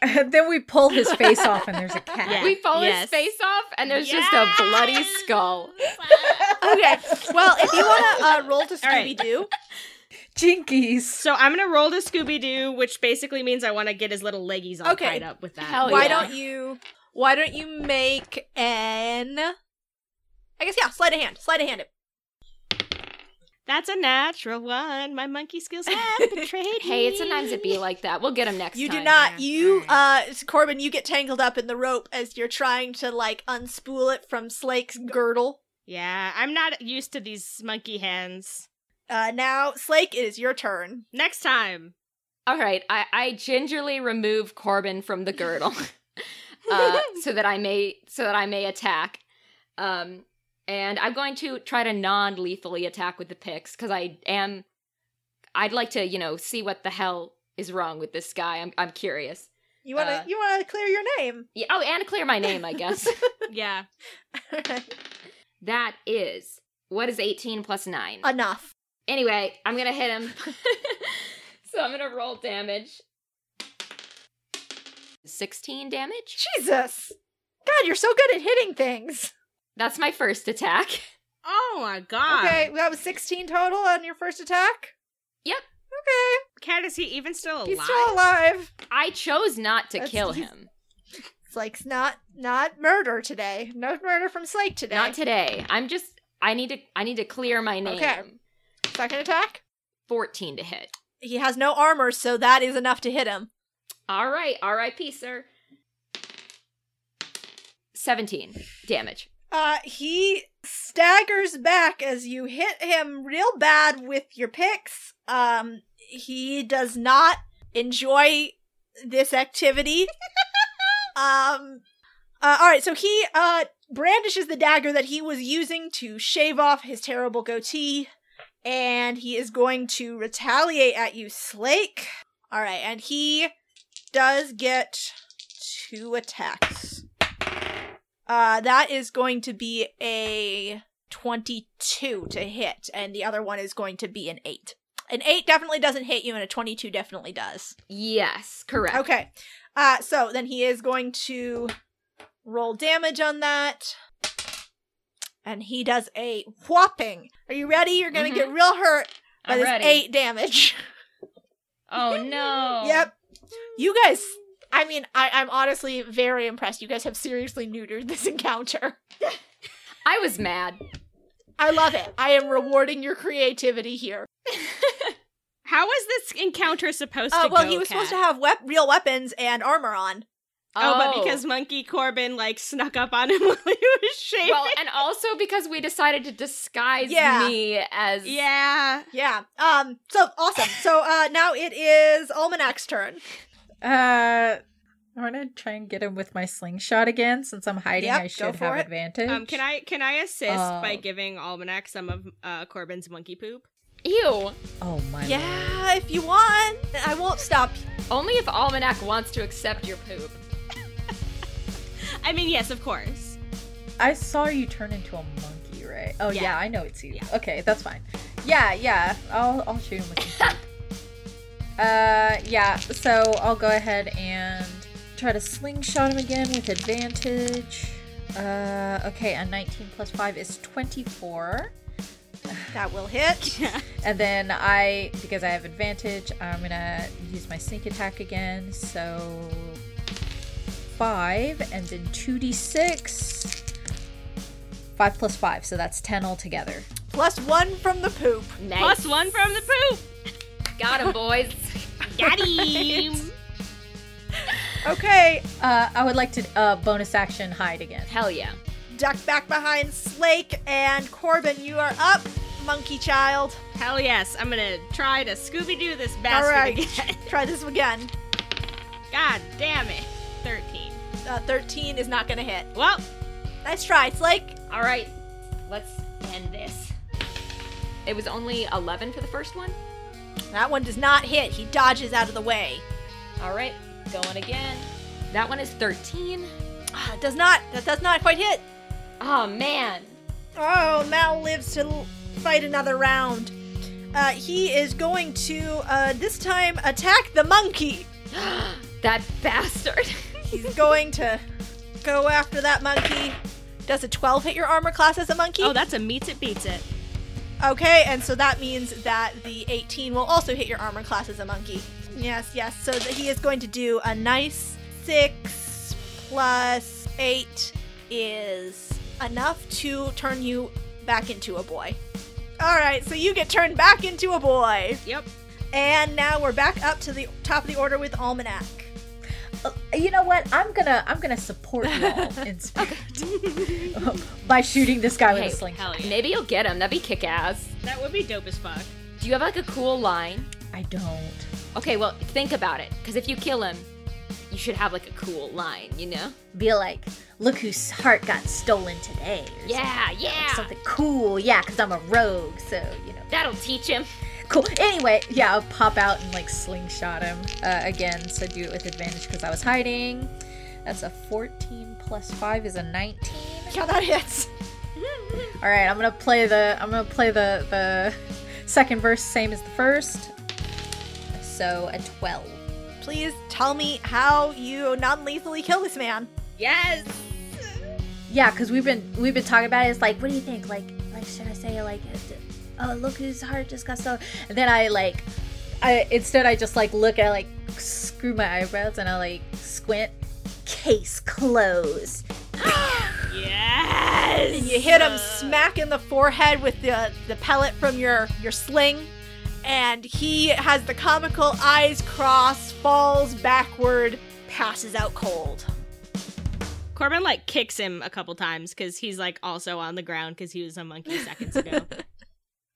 [SPEAKER 6] And then we pull his face off, and there's a cat.
[SPEAKER 5] Yeah.
[SPEAKER 3] We pull
[SPEAKER 5] Yes.
[SPEAKER 3] his face off, and there's just a bloody skull.
[SPEAKER 4] okay. Well, if you want to uh, roll to
[SPEAKER 5] All right.
[SPEAKER 4] Scooby Doo,
[SPEAKER 6] Jinkies.
[SPEAKER 5] So I'm gonna roll to Scooby Doo, which basically means I want to get his little leggies all
[SPEAKER 4] Okay.
[SPEAKER 5] tied up with that.
[SPEAKER 3] Hell Oh,
[SPEAKER 4] why
[SPEAKER 3] yeah.
[SPEAKER 4] don't you? Why don't you make an? I guess yeah. Sleight of hand. Sleight of hand. It.
[SPEAKER 5] That's a natural one. My monkey skills have betrayed me.
[SPEAKER 3] Hey, it's sometimes it be like that. We'll get him next
[SPEAKER 4] You
[SPEAKER 3] time.
[SPEAKER 4] do not. You, uh, Corbin, you get tangled up in the rope as you're trying to like unspool it from Slake's girdle.
[SPEAKER 5] Yeah, I'm not used to these monkey hands.
[SPEAKER 4] Uh, now Slake, it is your turn.
[SPEAKER 5] Next time.
[SPEAKER 3] All right, I, I gingerly remove Corbin from the girdle, uh, so that I may so that I may attack. Um, and I'm going to try to non-lethally attack with the picks because I am. I'd like to, you know, see what the hell is wrong with this guy. I'm I'm curious.
[SPEAKER 4] You wanna,
[SPEAKER 3] Uh.
[SPEAKER 4] you wanna clear your name.
[SPEAKER 3] Yeah, oh, and clear my name, I guess.
[SPEAKER 5] Yeah.
[SPEAKER 3] that is what is 18 plus nine.
[SPEAKER 4] Enough.
[SPEAKER 3] Anyway, I'm gonna hit him. so I'm gonna roll damage. 16 damage.
[SPEAKER 4] Jesus. God, you're so good at hitting things.
[SPEAKER 3] That's my first attack.
[SPEAKER 5] Oh my
[SPEAKER 3] Ah.
[SPEAKER 5] god.
[SPEAKER 4] Okay, that was 16 total on your first attack.
[SPEAKER 3] Yep.
[SPEAKER 4] Okay,
[SPEAKER 5] Cat, is he even still alive?
[SPEAKER 4] he's still alive.
[SPEAKER 3] I chose not to
[SPEAKER 4] That's-
[SPEAKER 3] kill him.
[SPEAKER 4] Slake's not not murder today. No murder from Slake today.
[SPEAKER 3] Not today. I'm just I need to I need to clear my name.
[SPEAKER 4] Okay. Second attack.
[SPEAKER 3] 14 to hit.
[SPEAKER 4] He has no armor, so that is enough to hit him.
[SPEAKER 3] All right, RIP, sir. 17 damage.
[SPEAKER 4] Uh, he staggers back as you hit him real bad with your picks. Um, he does not enjoy this activity. um, uh, all right, so he uh brandishes the dagger that he was using to shave off his terrible goatee, and he is going to retaliate at you, Slake. All right, and he does get two attacks. Uh, that is going to be a 22 to hit, and the other one is going to be an 8. An 8 definitely doesn't hit you, and a 22 definitely does.
[SPEAKER 3] Yes, correct.
[SPEAKER 4] Okay. Uh, so then he is going to roll damage on that. And he does a whopping. Are you ready? You're going to
[SPEAKER 3] Mhm.
[SPEAKER 4] get real hurt by
[SPEAKER 3] I'm
[SPEAKER 4] this
[SPEAKER 3] ready.
[SPEAKER 4] 8 damage.
[SPEAKER 3] Oh no.
[SPEAKER 4] Yep. You guys, I mean, I, I'm honestly very impressed. You guys have seriously neutered this encounter.
[SPEAKER 3] I was mad.
[SPEAKER 4] I love it. I am rewarding your creativity here.
[SPEAKER 5] How was this encounter supposed
[SPEAKER 4] Uh,
[SPEAKER 5] to
[SPEAKER 4] well,
[SPEAKER 5] go,
[SPEAKER 4] he was supposed to
[SPEAKER 5] Cat?
[SPEAKER 4] have wep- real weapons and armor on.
[SPEAKER 5] Oh, but because Monkey Corbin like snuck up on him while he was shaving.
[SPEAKER 3] well, and also because we decided to disguise
[SPEAKER 4] Yeah.
[SPEAKER 3] me as
[SPEAKER 5] yeah.
[SPEAKER 4] Yeah. Um. So awesome. So uh, now it is Almanac's turn.
[SPEAKER 6] Uh, I'm gonna try and get him with my slingshot again. Since I'm hiding,
[SPEAKER 4] Yep,
[SPEAKER 6] I
[SPEAKER 4] go
[SPEAKER 6] should
[SPEAKER 4] for
[SPEAKER 6] have
[SPEAKER 4] it.
[SPEAKER 6] advantage.
[SPEAKER 5] Um, can I can I assist
[SPEAKER 4] Um,
[SPEAKER 5] by
[SPEAKER 6] Oh.
[SPEAKER 5] giving Almanac some of uh, Corbin's monkey poop?
[SPEAKER 3] ew.
[SPEAKER 6] Oh my. lord.
[SPEAKER 4] Yeah, if you want, I won't stop.
[SPEAKER 3] Only if Almanac wants to accept your poop.
[SPEAKER 5] I mean, yes, of course.
[SPEAKER 6] I saw you turn into a monkey, right? Oh yeah,
[SPEAKER 5] Yeah.
[SPEAKER 6] I know it's you.
[SPEAKER 5] Yeah.
[SPEAKER 6] Okay, that's fine. Yeah, yeah. I'll I'll shoot him with. Some poop. uh, yeah. So I'll go ahead and try to slingshot him again with advantage. Uh, okay, a 19 plus 5 is 24.
[SPEAKER 4] That will hit.
[SPEAKER 6] And then I, because I have advantage, I'm gonna use my sneak attack again. So five, and then two d six. Five plus five, so that's ten altogether.
[SPEAKER 4] Plus one from the poop.
[SPEAKER 3] Nice.
[SPEAKER 5] Plus one from the poop.
[SPEAKER 3] Got him, boys.
[SPEAKER 5] Got him.
[SPEAKER 4] Okay.
[SPEAKER 6] Uh, I would like to uh, bonus action hide again.
[SPEAKER 3] Hell yeah.
[SPEAKER 4] Duck back behind Slake and Corbin. You are up, monkey child.
[SPEAKER 5] Hell yes, I'm gonna try to Scooby Doo this bastard
[SPEAKER 4] All right.
[SPEAKER 5] again.
[SPEAKER 4] Try this again.
[SPEAKER 5] God damn it. 13.
[SPEAKER 4] uh, 13 is not going to hit.
[SPEAKER 5] Well,
[SPEAKER 4] Nice try, Slake.
[SPEAKER 3] All right, let's end this. It was only 11 for the first one.
[SPEAKER 4] That one does not hit. He dodges out of the way.
[SPEAKER 3] All right, going again. That one is 13.
[SPEAKER 4] Ah, does not. That does not quite hit.
[SPEAKER 3] Oh, man.
[SPEAKER 4] Oh, Mal lives to l- fight another round. Uh, he is going to uh, this time attack the monkey.
[SPEAKER 3] That bastard.
[SPEAKER 4] He's going to go after that monkey. Does a 12 hit your armor class as a monkey?
[SPEAKER 5] oh, that's a meets it beats it.
[SPEAKER 4] Okay, and so that means that the 18 will also hit your armor class as a monkey. Yes, yes. So that he is going to do a nice 6 plus 8 is enough to turn you back into a boy. All right, so you get turned back into a boy.
[SPEAKER 5] Yep.
[SPEAKER 4] And now we're back up to the top of the order with Almanac.
[SPEAKER 2] Uh, you know what? I'm gonna I'm gonna support y'all in spirit by shooting this guy
[SPEAKER 3] Hey,
[SPEAKER 2] with a slingshot.
[SPEAKER 5] Hell yeah.
[SPEAKER 3] Maybe you'll get him. That'd be kick ass.
[SPEAKER 5] That would be dope as fuck.
[SPEAKER 3] Do you have like a cool line?
[SPEAKER 2] I don't.
[SPEAKER 3] Okay, well, think about it. Because if you kill him, you should have like a cool line, you know?
[SPEAKER 2] Be like, look whose heart got stolen today. or
[SPEAKER 3] Yeah, yeah.
[SPEAKER 2] Something cool, yeah, because I'm a rogue, so you know.
[SPEAKER 3] That'll teach him.
[SPEAKER 2] Cool. Anyway, yeah, I'll pop out and like slingshot him uh, again. So do it with advantage because I was hiding. That's a 14 plus 5 is a 19.
[SPEAKER 4] Yeah, that hits.
[SPEAKER 2] All right, I'm gonna play the I'm gonna play the the second verse same as the first. So a 12.
[SPEAKER 4] Please tell me how you non-lethally kill this man.
[SPEAKER 5] Yes.
[SPEAKER 2] Yeah, because we've been we've been talking about it. It's like, what do you think? Like, like should I say like, oh look whose heart just got so? And then I like, I instead I just like look at like screw my eyebrows and I like squint. Case closed.
[SPEAKER 5] Yes.
[SPEAKER 4] And you hit him smack in the forehead with the, the pellet from your, your sling. And he has the comical eyes crossed, falls backward, passes out cold.
[SPEAKER 5] Corbin like kicks him a couple times because he's like also on the ground because he was a monkey seconds ago.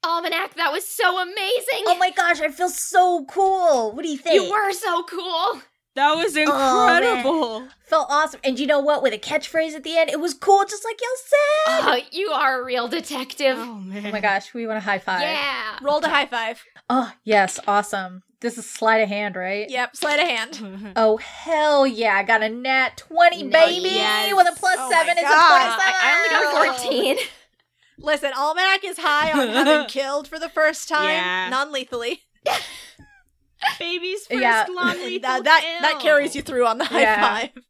[SPEAKER 3] Almanac, that was so amazing.
[SPEAKER 2] Oh my gosh, I feel so cool. What do you think?
[SPEAKER 3] you were so cool.
[SPEAKER 5] that was incredible.
[SPEAKER 2] Felt awesome. And you know what? With a catchphrase at the end, it was cool, just like y'all said.
[SPEAKER 3] Oh, you are a real detective.
[SPEAKER 5] Oh man.
[SPEAKER 2] oh my gosh, we want a high five.
[SPEAKER 3] yeah.
[SPEAKER 4] Roll to high five.
[SPEAKER 2] Oh yes, awesome. This is sleight of hand, right?
[SPEAKER 4] Yep, sleight of hand.
[SPEAKER 5] god.
[SPEAKER 2] Oh hell yeah! I got a nat twenty, baby,
[SPEAKER 3] yes.
[SPEAKER 2] with a plus
[SPEAKER 4] Oh my
[SPEAKER 2] seven. It's a
[SPEAKER 4] God.
[SPEAKER 2] twenty-seven.
[SPEAKER 3] I only got 14.
[SPEAKER 4] Listen, Almanac is high on having killed for the first time,
[SPEAKER 5] Yeah.
[SPEAKER 4] non-lethally.
[SPEAKER 5] Baby's first
[SPEAKER 2] Yeah.
[SPEAKER 5] long
[SPEAKER 4] And
[SPEAKER 5] lethal
[SPEAKER 4] that, that, that
[SPEAKER 5] kill.
[SPEAKER 4] carries you through on the high
[SPEAKER 2] Yeah.
[SPEAKER 4] five.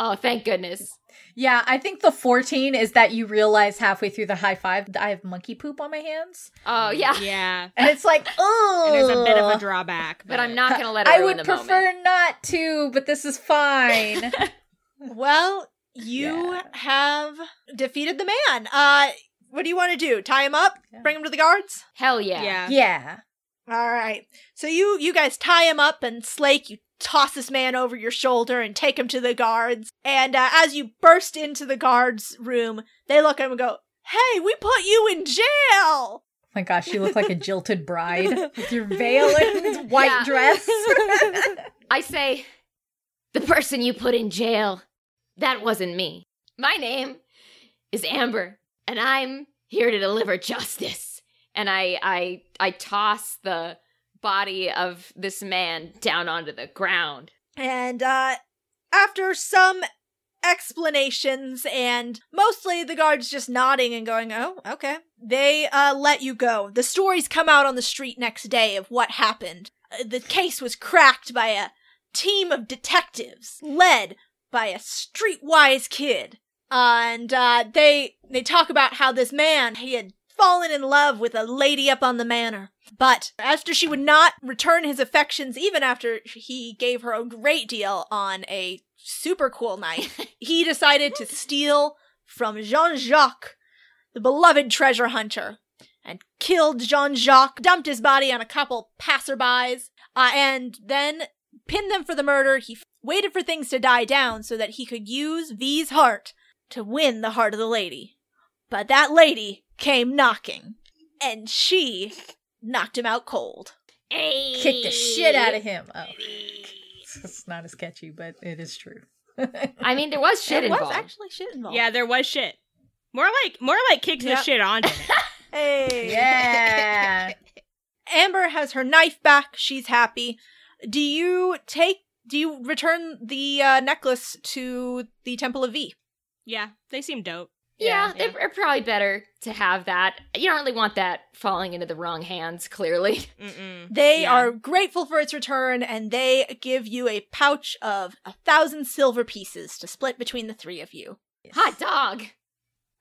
[SPEAKER 3] Oh, thank goodness.
[SPEAKER 2] Yeah, I think the fourteen is that you realize halfway through the high five that I have monkey poop on my hands,
[SPEAKER 3] Oh, yeah.
[SPEAKER 5] Yeah.
[SPEAKER 2] and it's like, oh,
[SPEAKER 5] And there's a bit of a drawback,
[SPEAKER 3] But I'm not going to let it
[SPEAKER 2] I
[SPEAKER 3] ruin
[SPEAKER 2] would
[SPEAKER 3] the
[SPEAKER 2] prefer
[SPEAKER 3] moment.
[SPEAKER 2] not to, but this is fine.
[SPEAKER 4] Well, you
[SPEAKER 2] Yeah.
[SPEAKER 4] have defeated the man. Uh, what do you want to do? Tie him up?
[SPEAKER 2] Yeah.
[SPEAKER 4] Bring him to the guards?
[SPEAKER 3] Hell yeah.
[SPEAKER 5] Yeah.
[SPEAKER 2] yeah,
[SPEAKER 4] All right. So you you guys tie him up and Slake, you toss this man over your shoulder and take him to the guards. And uh, as you burst into the guards' room, they look at him and go, "Hey, we put you in jail."
[SPEAKER 2] Oh my gosh, you look like a jilted bride with your veil and white
[SPEAKER 3] Yeah.
[SPEAKER 2] dress.
[SPEAKER 3] I say, the person you put in jail, that wasn't me. My name is Amber, and I'm here to deliver justice. And I, I, I toss the body of this man down onto the ground.
[SPEAKER 4] And uh, after some explanations and mostly the guards just nodding and going, oh, okay, they uh, let you go. The stories come out on the street next day of what happened. Uh, The case was cracked by a team of detectives led by a streetwise kid. And uh, they they talk about how this man he had fallen in love with a lady up on the manor. But after she would not return his affections, even after he gave her a great deal on a super cool night, he decided to steal from Jean Jacques, the beloved treasure hunter, and killed Jean Jacques, dumped his body on a couple passerbys, uh, and then pinned them for the murder. He f- waited for things to die down so that he could use V's heart to win the heart of the lady. But that lady came knocking, and she knocked him out cold.
[SPEAKER 3] Hey.
[SPEAKER 2] Kick the shit out of him. Oh. It's not as catchy, but it is true.
[SPEAKER 3] I mean, there was shit
[SPEAKER 4] it
[SPEAKER 3] involved.
[SPEAKER 4] was actually shit involved.
[SPEAKER 5] Yeah, there was shit. More like more like kicked
[SPEAKER 4] Yep.
[SPEAKER 5] the shit on.
[SPEAKER 4] Hey.
[SPEAKER 2] yeah.
[SPEAKER 4] Amber has her knife back. She's happy. Do you take? Do you return the uh, necklace to the Temple of V?
[SPEAKER 5] yeah, they seem dope.
[SPEAKER 3] yeah,
[SPEAKER 5] Yeah, yeah.
[SPEAKER 3] they're probably better to have that. You don't really want that falling into the wrong hands. Clearly,
[SPEAKER 5] Mm-mm.
[SPEAKER 4] They
[SPEAKER 5] Yeah.
[SPEAKER 4] are grateful for its return, and they give you a pouch of a thousand silver pieces to split between the three of you.
[SPEAKER 3] hot dog.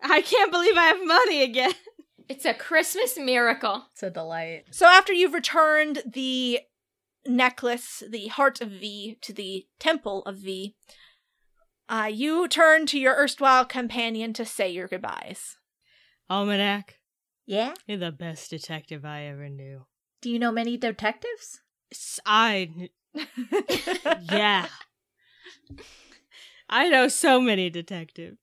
[SPEAKER 5] I can't believe I have money again.
[SPEAKER 3] It's a Christmas miracle.
[SPEAKER 2] It's a delight.
[SPEAKER 4] So after you've returned the necklace, the heart of V, to the temple of V, uh, you turn to your erstwhile companion to say your goodbyes.
[SPEAKER 5] Almanac,
[SPEAKER 2] Yeah.
[SPEAKER 5] you're the best detective I ever knew.
[SPEAKER 2] Do you know many detectives?
[SPEAKER 5] S- I yeah. I know so many detectives.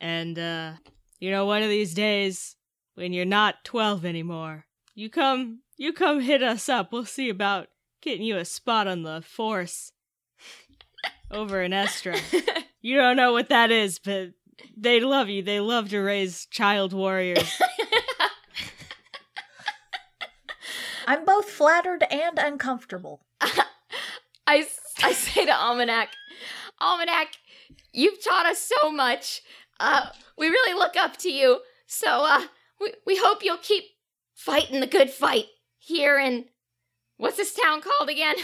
[SPEAKER 5] And uh you know one of these days when you're not 12 anymore, you come you come hit us up. We'll see about getting you a spot on the force over in Estra. you don't know what that is, but they love you. They love to raise child warriors.
[SPEAKER 2] I'm both flattered and uncomfortable.
[SPEAKER 3] I, I say to Almanac, Almanac, you've taught us so much. Uh, we really look up to you. So uh, we, we hope you'll keep fighting the good fight here in. What's this town called again?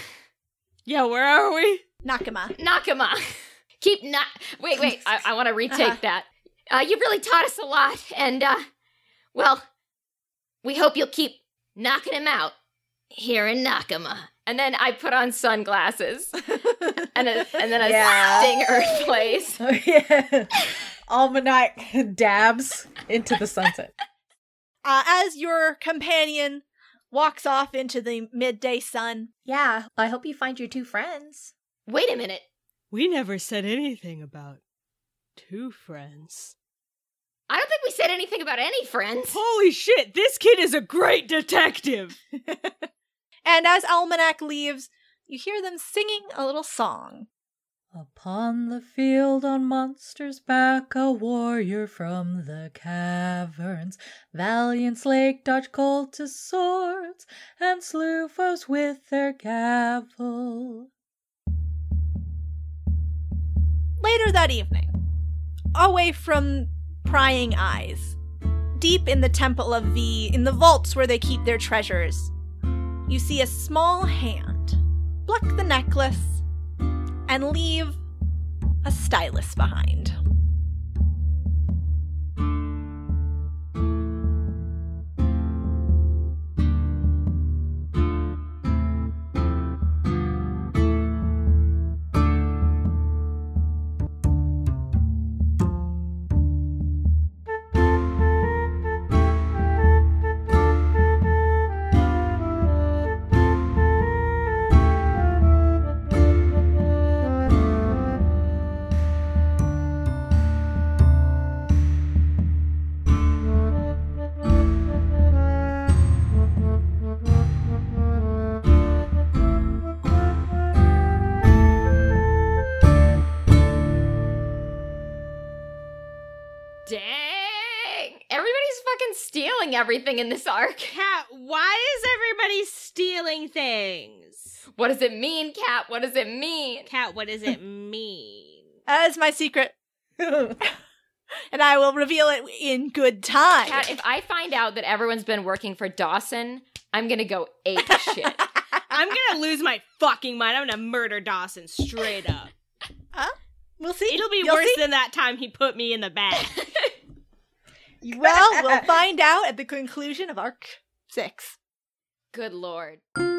[SPEAKER 5] yeah, where are we?
[SPEAKER 4] Nakama.
[SPEAKER 3] Nakama. keep not. Wait, wait. I, I want to retake
[SPEAKER 4] Uh-huh.
[SPEAKER 3] that. Uh, you've really taught us a lot. And, uh, well, we hope you'll keep knocking him out here in Nakama. And then I put on sunglasses. and a, and then a
[SPEAKER 2] Yeah.
[SPEAKER 3] sting earth plays.
[SPEAKER 2] Oh, yeah. Almanac dabs into the sunset.
[SPEAKER 4] Uh, as your companion walks off into the midday sun,
[SPEAKER 2] Yeah. I hope you find your two friends.
[SPEAKER 3] Wait a minute.
[SPEAKER 5] We never said anything about two friends.
[SPEAKER 3] I don't think we said anything about any friends.
[SPEAKER 5] Holy shit, this kid is a great detective.
[SPEAKER 4] and as Almanac leaves, you hear them singing a little song.
[SPEAKER 2] Upon the field on monsters' back, a warrior from the caverns, valiant slake dodged cold to swords, and slew foes with their gavel.
[SPEAKER 4] Later that evening, away from prying eyes, deep in the temple of V, in the vaults where they keep their treasures, you see a small hand pluck the necklace and leave a stylus behind.
[SPEAKER 3] Dang. Everybody's fucking stealing everything in this arc.
[SPEAKER 5] Cat, why is everybody stealing things?
[SPEAKER 3] What does it mean, Cat? What does it mean?
[SPEAKER 5] Cat, what does it mean?
[SPEAKER 4] That is my secret, and I will reveal it in good time.
[SPEAKER 3] Cat, if I find out that everyone's been working for Dawson, I'm gonna go ape shit.
[SPEAKER 5] I'm gonna lose my fucking mind. I'm gonna murder Dawson straight up.
[SPEAKER 4] we'll see.
[SPEAKER 5] It'll be
[SPEAKER 4] You'll
[SPEAKER 5] worse
[SPEAKER 4] see.
[SPEAKER 5] than that time he put me in the bag.
[SPEAKER 4] well, we'll find out at the conclusion of arc six.
[SPEAKER 3] Good lord.